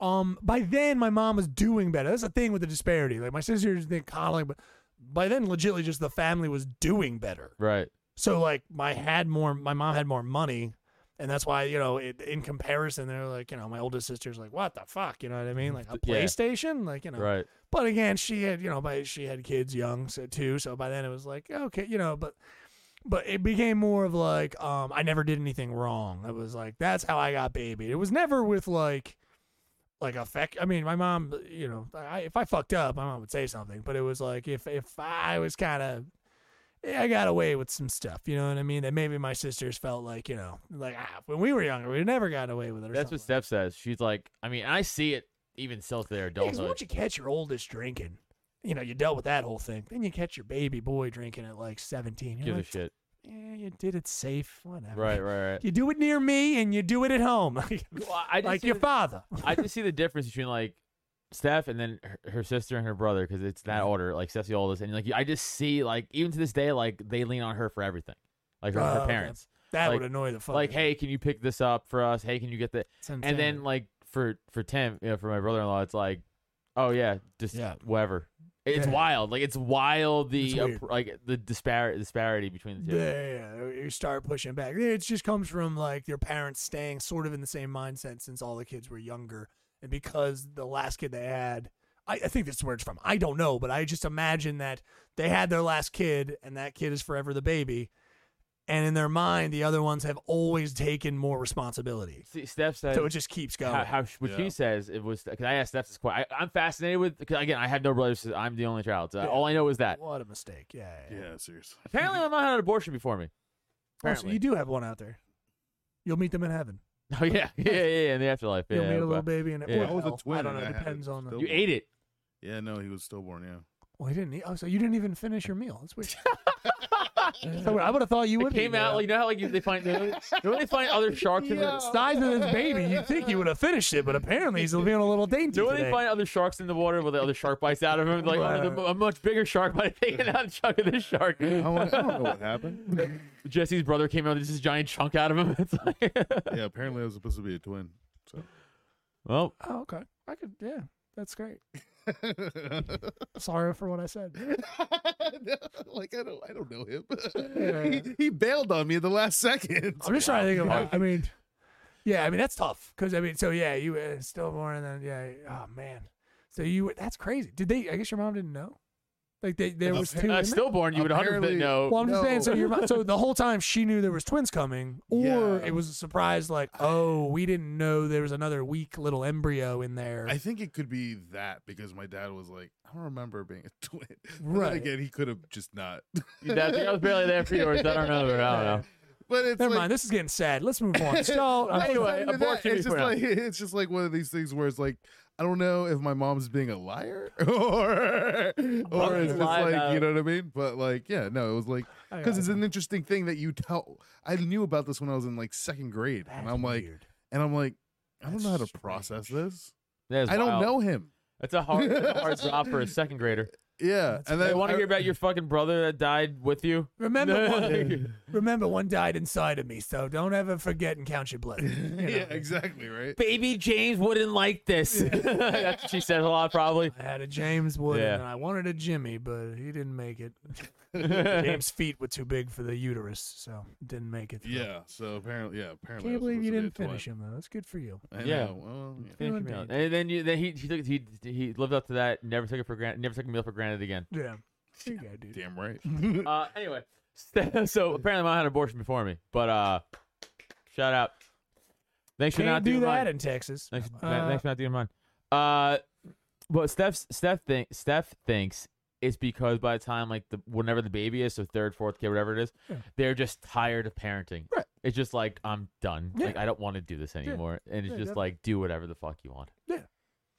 Speaker 1: Um, by then my mom was doing better. That's the thing with the disparity. Like my sisters think coddling, but by then legitly just the family was doing better.
Speaker 2: right,
Speaker 1: So like my had more my mom had more money and that's why you know it, in comparison they're like you know my oldest sister's like what the fuck you know what I mean like a
Speaker 2: Yeah.
Speaker 1: PlayStation like you know
Speaker 2: right.
Speaker 1: but again she had you know by she had kids young so too so by then it was like okay you know but but it became more of like um I never did anything wrong it was like that's how I got babied it was never with like like affect I mean my mom you know I, if I fucked up my mom would say something but it was like if if I was kind of yeah, I got away with some stuff, you know what I mean? That maybe my sisters felt like, you know, like ah, when we were younger, we never got away with it. Or
Speaker 2: That's what
Speaker 1: something
Speaker 2: Steph says. She's like, I mean, I see it even still to their
Speaker 1: like that. Yeah, 'cause
Speaker 2: adulthood.
Speaker 1: once you catch your oldest drinking, you know, you dealt with that whole thing. Then you catch your baby boy drinking at like 17. You're
Speaker 2: Give a
Speaker 1: like,
Speaker 2: shit.
Speaker 1: yeah, you did it safe, whatever.
Speaker 2: Right, right, right.
Speaker 1: You do it near me and you do it at home,
Speaker 2: Well, I just
Speaker 1: like
Speaker 2: see
Speaker 1: your
Speaker 2: the-
Speaker 1: father.
Speaker 2: I just see the difference between like Steph, and then her, her sister and her brother because it's
Speaker 1: Mm-hmm.
Speaker 2: that order. Like Steph's the oldest, and like I just see like even to this day like they lean on her for everything, like her, her
Speaker 1: Oh, okay.
Speaker 2: parents.
Speaker 1: That
Speaker 2: Like-
Speaker 1: would annoy the fuck.
Speaker 2: Like,
Speaker 1: out of me.
Speaker 2: hey, can you pick this up for us? Hey, can you get the
Speaker 1: It's insane.
Speaker 2: and then like for for Tim, you know, for my brother-in-law, it's like, oh yeah, just
Speaker 1: Yeah.
Speaker 2: whatever. It's
Speaker 1: Yeah.
Speaker 2: wild. Like it's wild the
Speaker 1: It's
Speaker 2: uh,
Speaker 1: weird.
Speaker 2: pr- like the disparity disparity between the
Speaker 1: yeah,
Speaker 2: two.
Speaker 1: yeah, yeah, you start pushing back. It just comes from like your parents staying sort of in the same mindset since all the kids were younger, and because the last kid they had, I, I think this is where it's from. I don't know, but I just imagine that they had their last kid, and that kid is forever the baby, and in their mind, the other ones have always taken more responsibility,
Speaker 2: See, Steph said
Speaker 1: so it just keeps going.
Speaker 2: how, how she- what she
Speaker 3: Yeah.
Speaker 2: says it was because I asked Steph this question. I, I'm fascinated with because again I have no brothers. so I'm the only child. So
Speaker 1: Yeah.
Speaker 2: All I know is that
Speaker 1: what a mistake! Yeah, yeah. yeah.
Speaker 3: Yeah, seriously.
Speaker 2: apparently my mom had an abortion before me.
Speaker 1: Oh, so
Speaker 2: Apparently,
Speaker 1: you do have one out there. You'll meet them in heaven.
Speaker 2: oh yeah, yeah, yeah, yeah, in the afterlife. Yeah,
Speaker 1: You'll meet a
Speaker 2: but-
Speaker 1: little baby in it.
Speaker 2: yeah.
Speaker 1: Or
Speaker 2: I
Speaker 3: was a
Speaker 1: hell. I
Speaker 3: twin
Speaker 1: don't know.
Speaker 3: and
Speaker 1: It
Speaker 3: I had
Speaker 1: depends
Speaker 3: it
Speaker 1: on the.
Speaker 3: still-
Speaker 2: you ate it.
Speaker 3: Yeah, no, he was stillborn. Yeah.
Speaker 1: Well, he didn't eat. Oh, so you didn't even finish your meal. That's weird. so I would have thought you
Speaker 2: It
Speaker 1: would.
Speaker 2: came out like you know how like you, they find you know, when they find other sharks in the
Speaker 1: size of this baby. You'd think you would have finished it, but apparently he's being a little dainty.
Speaker 2: Do they
Speaker 1: today.
Speaker 2: find other sharks in the water where the other shark bites out of him? Like oh, the, a much bigger shark might have taken out a chunk of this shark.
Speaker 3: I'm like, I don't know what happened.
Speaker 2: Jesse's brother came out with this giant chunk out of him. It's like,
Speaker 3: yeah, apparently I was supposed to be a twin. So
Speaker 2: well,
Speaker 1: Oh, okay. I could. Yeah, that's great. Sorry for what I said.
Speaker 3: like I don't I don't know him.
Speaker 1: Yeah.
Speaker 3: he, he bailed on me at the last second.
Speaker 1: I'm just trying to think of. how- I mean, yeah. I mean that's tough because I mean, so yeah, you uh, stillborn, and then yeah. Oh man. So you. were- That's crazy. Did they? I guess your mom didn't know. Like they, there was two.
Speaker 2: uh,
Speaker 1: in there?
Speaker 2: stillborn, you would 100%
Speaker 3: Apparently-
Speaker 2: know.
Speaker 1: Well, I'm just saying. So
Speaker 3: Oh, No.
Speaker 1: your mom, so the whole time she knew there was twins coming, or
Speaker 3: Yeah.
Speaker 1: it was a surprise, like, oh, we didn't know there was another weak little embryo in there.
Speaker 3: I think it could be that because my dad was like, I don't remember being a twin. But then
Speaker 1: Right.
Speaker 3: again, he could have just not.
Speaker 2: that, I was barely there for yours. I don't know. but I don't know.
Speaker 3: But it's
Speaker 1: Never
Speaker 3: like,
Speaker 1: mind. This is getting sad. Let's move on. So I'm-
Speaker 2: Anyway,
Speaker 3: Other than that,
Speaker 2: abortion
Speaker 3: it's
Speaker 2: before
Speaker 3: just
Speaker 2: now.
Speaker 3: like it's just like one of these things where it's like I don't know if my mom's being a liar or or it's just
Speaker 2: Lie about-
Speaker 3: like you know what I mean. But like yeah, no, it was like
Speaker 1: Oh, I
Speaker 3: because it's an interesting thing that you tell. I knew about this when I was in like second grade, and
Speaker 1: That's
Speaker 3: I'm like,
Speaker 1: weird.
Speaker 3: and I'm like, I don't know how to
Speaker 1: That's strange.
Speaker 3: process this.
Speaker 2: That is
Speaker 3: I don't
Speaker 2: wild.
Speaker 3: know him.
Speaker 2: That's a hard, that's a hard drop for a second grader.
Speaker 3: Yeah,
Speaker 1: That's
Speaker 3: and
Speaker 2: They
Speaker 3: then
Speaker 2: want to
Speaker 3: I-
Speaker 2: hear about your fucking brother that died with you.
Speaker 1: remember one. remember one died inside of me. So don't ever forget and count your blessings. you know?
Speaker 3: Yeah, exactly right.
Speaker 2: Baby James wouldn't like this. That's what she says a lot, probably.
Speaker 1: I had a James Wood
Speaker 2: Yeah.
Speaker 1: and I wanted a Jimmy, but he didn't make it. James' feet were too big for the uterus, so didn't make it. through.
Speaker 3: Yeah, so apparently, yeah,
Speaker 1: I
Speaker 3: apparently.
Speaker 1: can't
Speaker 3: I was
Speaker 1: believe you
Speaker 3: supposed
Speaker 1: didn't
Speaker 3: to be a
Speaker 1: finish him though. That's good for you.
Speaker 3: twin. I
Speaker 2: Yeah.
Speaker 3: know, well, yeah.
Speaker 2: Finish
Speaker 1: Doing
Speaker 2: him out.
Speaker 1: bad.
Speaker 2: And then you, then he, he took he he lived up to that. Never took it for granted. Never took a meal for granted again.
Speaker 1: Yeah. There you go, dude.
Speaker 3: Damn right.
Speaker 2: Uh, anyway, so, so apparently mom had an abortion before me, but uh, shout out. Thanks for not
Speaker 1: Can't do
Speaker 2: doing
Speaker 1: that
Speaker 2: mine.
Speaker 1: in Texas.
Speaker 2: Thanks, th-
Speaker 1: Uh,
Speaker 2: thanks for not doing mine. Uh, well, Steph's, Steph think Steph thinks it's because by the time like the whenever the baby is, so third, fourth kid, whatever it is,
Speaker 1: Yeah.
Speaker 2: they're just tired of parenting.
Speaker 1: Right.
Speaker 2: It's just like I'm done.
Speaker 1: Yeah.
Speaker 2: Like I don't want to do this anymore, and it's
Speaker 1: Yeah,
Speaker 2: just
Speaker 1: definitely.
Speaker 2: like do whatever the fuck you want.
Speaker 1: Yeah.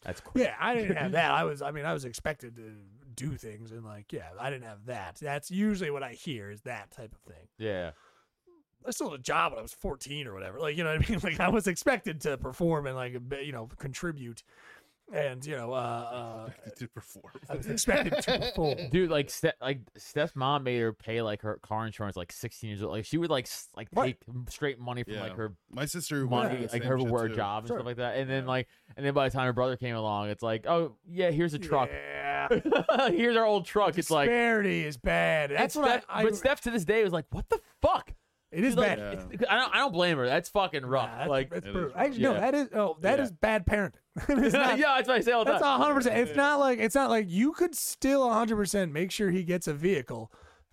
Speaker 2: That's cool.
Speaker 1: Uh, Yeah, I didn't have that. I was, I mean, I was expected to do things, and like, yeah, I didn't have that. That's usually what I hear is that type of thing.
Speaker 2: Yeah.
Speaker 1: I still had a job when I was 14 or whatever. Like, you know what I mean? Like, I was expected to perform and like, you know, contribute, and you know, uh, uh
Speaker 3: to perform.
Speaker 1: I was expected to perform.
Speaker 2: Dude, like, Ste- like Steph's mom made her pay like her car insurance like 16 years old. Like she would like s- like
Speaker 1: Right.
Speaker 2: take straight money from like
Speaker 3: Yeah.
Speaker 2: her
Speaker 3: My sister, went through
Speaker 2: money,
Speaker 3: the
Speaker 2: like
Speaker 3: same
Speaker 2: her
Speaker 3: shit,
Speaker 2: work
Speaker 3: too.
Speaker 2: job and
Speaker 1: Sure.
Speaker 2: stuff like that. And then like, and then by the time her brother came along, it's like, oh yeah, here's a truck.
Speaker 1: Yeah,
Speaker 2: here's our old truck. It's like,
Speaker 1: disparity is bad.
Speaker 2: and
Speaker 1: That's what
Speaker 2: Steph,
Speaker 1: I, I.
Speaker 2: but Steph to this day was like, what the fuck?
Speaker 1: it is
Speaker 2: She's like,
Speaker 1: bad.
Speaker 3: Yeah.
Speaker 2: "It's- I don't, I don't blame her. That's fucking rough.
Speaker 1: Nah, that's,
Speaker 2: like,
Speaker 1: that's
Speaker 3: It is
Speaker 1: brutal.
Speaker 3: rough.
Speaker 1: Actually, no,
Speaker 2: Yeah.
Speaker 1: that is oh, that
Speaker 2: Yeah.
Speaker 1: is bad parenting. it's not,
Speaker 2: yeah, that's what I say all the
Speaker 1: That's
Speaker 2: time.
Speaker 1: hundred percent. It's not like it's not like you could still hundred percent make sure he gets a vehicle,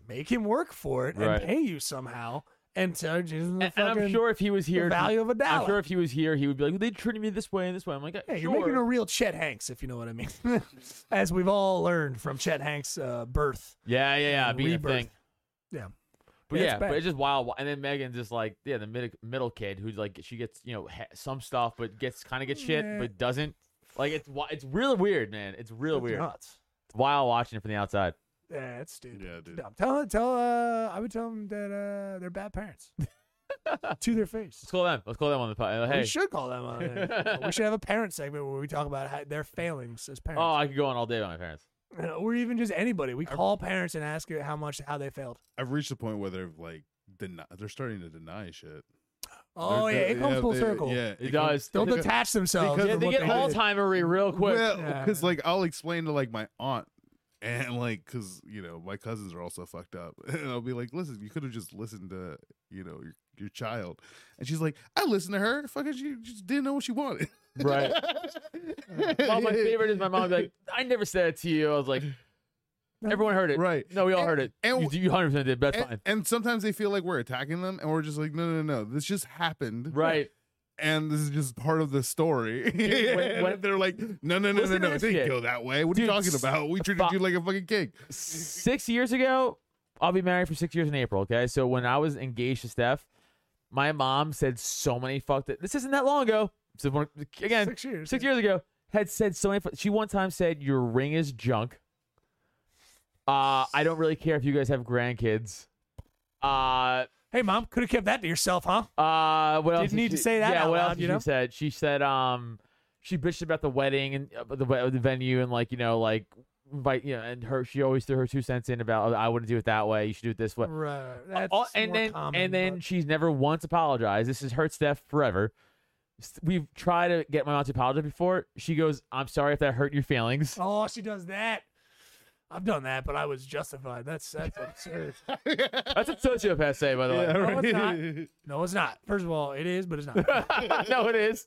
Speaker 1: make him work for it,
Speaker 2: Right.
Speaker 1: and pay you somehow, and charge him the
Speaker 2: And, and I'm
Speaker 1: fucking
Speaker 2: sure if he was
Speaker 1: the
Speaker 2: here,
Speaker 1: value of a dollar.
Speaker 2: I'm sure if he was here, he would be like, they treated me this way and this way. I'm like,
Speaker 1: yeah,
Speaker 2: sure.
Speaker 1: you're making a real Chet Hanks, if you know what I mean. As we've all learned from Chet Hanks' uh, birth.
Speaker 2: yeah, yeah, yeah,
Speaker 1: and
Speaker 2: being a
Speaker 1: rebirth.
Speaker 2: thing.
Speaker 1: Yeah.
Speaker 2: But
Speaker 1: Yeah,
Speaker 2: yeah,
Speaker 1: it's bad.
Speaker 2: but it's just wild. And then Megan's just like, yeah, the mid- middle kid who's like, she gets you know ha- some stuff, but gets kind of gets shit,
Speaker 1: Yeah.
Speaker 2: but doesn't. Like it's wi- it's real weird, man. It's real
Speaker 1: It's
Speaker 2: weird.
Speaker 1: nuts.
Speaker 2: It's wild watching it from the outside.
Speaker 1: Yeah, it's stupid.
Speaker 3: Yeah,
Speaker 1: It's
Speaker 3: dude.
Speaker 1: dumb. Tell tell uh, I would tell them that uh, they're bad parents. to their face.
Speaker 2: Let's call them. Let's call them on the pod. Hey.
Speaker 1: We should call them on it. we should have a parent segment where we talk about how their failings as parents.
Speaker 2: Oh, I could go on all day with my parents.
Speaker 1: You know, or even just anybody. We call parents and ask how much how they failed.
Speaker 3: I've reached the point where they're like deny. They're starting to deny shit.
Speaker 1: Oh
Speaker 3: They're-
Speaker 1: yeah,
Speaker 3: they're-
Speaker 1: it comes full
Speaker 3: they-
Speaker 1: circle.
Speaker 3: Yeah,
Speaker 2: It
Speaker 3: comes-
Speaker 2: does.
Speaker 1: They'll
Speaker 3: because-
Speaker 1: detach themselves.
Speaker 3: because
Speaker 2: Yeah,
Speaker 3: of
Speaker 2: they
Speaker 3: what
Speaker 2: get
Speaker 3: they did.
Speaker 2: Alzheimery real quick.
Speaker 3: Well,
Speaker 1: Yeah.
Speaker 3: because like I'll explain to like my aunt and like because you know my cousins are also fucked up, and I'll be like, listen, you could have just listened to you know your, your child, and she's like, I listened to her. Fucking, she just didn't know what she wanted.
Speaker 2: Right. Well, my favorite is my mom be like, I never said it to you. I was like, everyone heard it.
Speaker 3: Right.
Speaker 2: No, we all heard it.
Speaker 3: and-
Speaker 2: you, you 100% did. That's fine.
Speaker 3: And, and sometimes they feel like we're attacking them, and we're just like, no, no, no, this just happened,
Speaker 2: Right.
Speaker 3: And this is just part of the story.
Speaker 2: when- when-
Speaker 3: They're like, no, no, no, no,
Speaker 2: Listen to
Speaker 3: no, it
Speaker 2: this
Speaker 3: didn't
Speaker 2: shit.
Speaker 3: go that way. What are you
Speaker 2: Dude,
Speaker 3: talking about? We treated
Speaker 2: fuck.
Speaker 3: you like a fucking king.
Speaker 2: six years ago, I'll be married for six years in April. Okay, so when I was engaged to Steph, my mom said so many fucked. It. This isn't that long ago. So one- again,
Speaker 1: Six years,
Speaker 2: Six years ago, had said so many. fu- She one time said, "Your ring is junk." Uh, I don't really care if you guys have grandkids. Uh,
Speaker 1: Hey, mom, could have kept that to yourself, huh?
Speaker 2: uh, what else?
Speaker 1: Didn't
Speaker 2: did
Speaker 1: need to
Speaker 2: she-
Speaker 1: say that
Speaker 2: Yeah,
Speaker 1: out
Speaker 2: what
Speaker 1: loud,
Speaker 2: else did
Speaker 1: you
Speaker 2: she
Speaker 1: know?
Speaker 2: said? She said, um, she bitched about the wedding and uh, the, we- the venue and like you know like invite you know and her she always threw her two cents in about "Oh, I wouldn't do it that way. You should do it this way.
Speaker 1: Right.
Speaker 2: All- Oh, and then and then she's never once apologized. This has hurt Steph forever. S- We've tried to get my mom to apologize before. She goes, "I'm sorry if that hurt your feelings."
Speaker 1: oh, she does that. I've done that, but I was justified. That's that's absurd.
Speaker 2: That's a sociopath say, by the way.
Speaker 1: No, it's not. No, it's not. First of all, it is, but it's not. No,
Speaker 2: no, it is.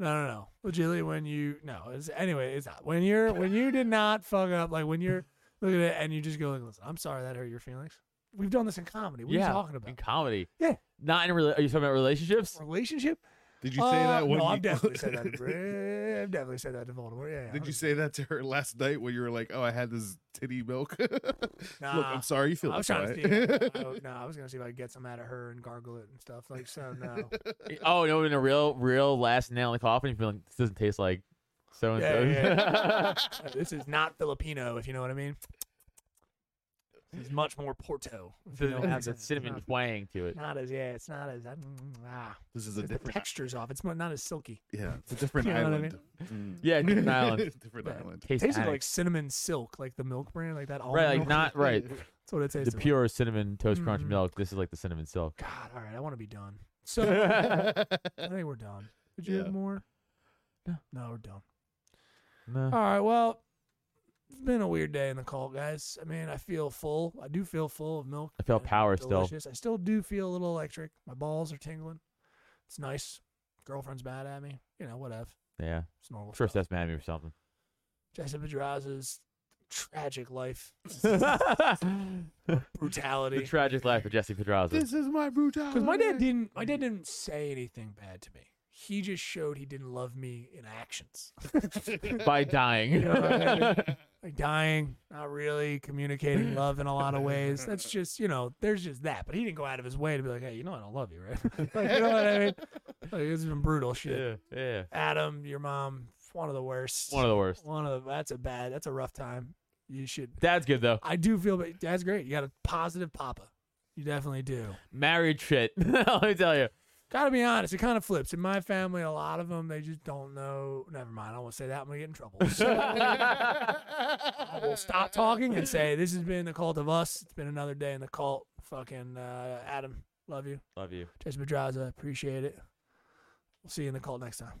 Speaker 1: no, no. Legitimately, when you no, it's anyway, it's not. When you're when you did not fuck up, like when you're looking at it and you just go, like, listen, I'm sorry that hurt your feelings. We've done this in comedy. What are
Speaker 2: yeah,
Speaker 1: you talking
Speaker 2: in
Speaker 1: about?
Speaker 2: comedy,
Speaker 1: Yeah,
Speaker 2: not in. Rela- are you talking about relationships?
Speaker 1: relationship.
Speaker 3: Did you say
Speaker 1: Uh,
Speaker 3: that? When
Speaker 1: no,
Speaker 3: you,
Speaker 1: I've definitely said that. To, I've definitely said that to Voldemort. Yeah. yeah
Speaker 3: Did you
Speaker 1: 100%.
Speaker 3: say that to her last night when you were like, "Oh, I had this titty milk"? Look,
Speaker 1: Nah.
Speaker 3: I'm sorry you feel
Speaker 1: I was
Speaker 3: this
Speaker 1: trying to see.
Speaker 3: way.
Speaker 1: I, no, I was gonna see if I could get some out of her and gargle it and stuff. Like so, no.
Speaker 2: Oh no, in a real, real last nail in the coffin, you feel like this doesn't taste like so and
Speaker 1: Yeah, yeah,
Speaker 2: so.
Speaker 1: this is not Filipino, if you know what I mean. This is much more Porto. if you know what
Speaker 2: It
Speaker 1: I'm
Speaker 2: has a
Speaker 1: saying.
Speaker 2: cinnamon
Speaker 1: It's
Speaker 2: twang to it.
Speaker 1: Not, not as yeah, it's not as mm, ah.
Speaker 3: this is a
Speaker 1: The,
Speaker 3: different,
Speaker 1: texture's off. It's mo- not as silky.
Speaker 3: yeah, it's a different
Speaker 1: You know what I
Speaker 3: island. Mm.
Speaker 2: Yeah, different island.
Speaker 3: different
Speaker 1: Yeah.
Speaker 3: island.
Speaker 2: Tastes
Speaker 1: tasted
Speaker 2: attic.
Speaker 1: like cinnamon silk, like the milk brand, like that. Almond
Speaker 2: right, like
Speaker 1: milk.
Speaker 2: not right.
Speaker 1: That's what it
Speaker 2: The
Speaker 1: tastes. like.
Speaker 2: pure cinnamon toast crunch
Speaker 1: Mhm.
Speaker 2: milk. This is like the cinnamon silk.
Speaker 1: God, all right, I want to be done. So I think we're done. Did you
Speaker 3: Yeah.
Speaker 1: have more?
Speaker 2: No.
Speaker 1: no, we're done.
Speaker 2: No.
Speaker 1: All right. Well, it's been a weird day in the cult, guys. I mean, I feel full. I do feel full of milk.
Speaker 2: I feel
Speaker 1: and
Speaker 2: power still.
Speaker 1: delicious. I still do feel a little electric. My balls are tingling. It's nice. Girlfriend's mad at me. You know, whatever.
Speaker 2: Yeah.
Speaker 1: It's normal.
Speaker 2: I'm sure
Speaker 1: stuff.
Speaker 2: Steph's mad at me for something.
Speaker 1: Jessica Pedraza's tragic life,
Speaker 2: the
Speaker 1: brutality.
Speaker 2: tragic life of Jesse Pedraza.
Speaker 3: This is my brutality.
Speaker 1: Because my dad didn't. My dad didn't say anything bad to me. He just showed he didn't love me in actions.
Speaker 2: By dying.
Speaker 1: like dying, not really communicating love in a lot of ways. That's just, you know, there's just that. But he didn't go out of his way to be like, hey, you know, I don't love you, right? like, you know what I mean? Like, it's been brutal shit.
Speaker 2: yeah. Yeah.
Speaker 1: Adam, your mom, one of the worst.
Speaker 2: One of the worst.
Speaker 1: One of the, that's a bad, that's a rough time. You should,
Speaker 2: Dad's good though.
Speaker 1: I do feel, but dad's great. You got a positive papa. You definitely do.
Speaker 2: Married shit. Let me tell you.
Speaker 1: Gotta be honest, it kind of flips. In my family, a lot of them, they just don't know. Never mind, I won't say that. I'm gonna get in trouble. I will stop talking and say this has been the cult of us. It's been another day in the cult. Fucking uh, Adam, love you.
Speaker 2: Love you.
Speaker 1: Jesse Pedraza, appreciate it. We'll see you in the cult next time.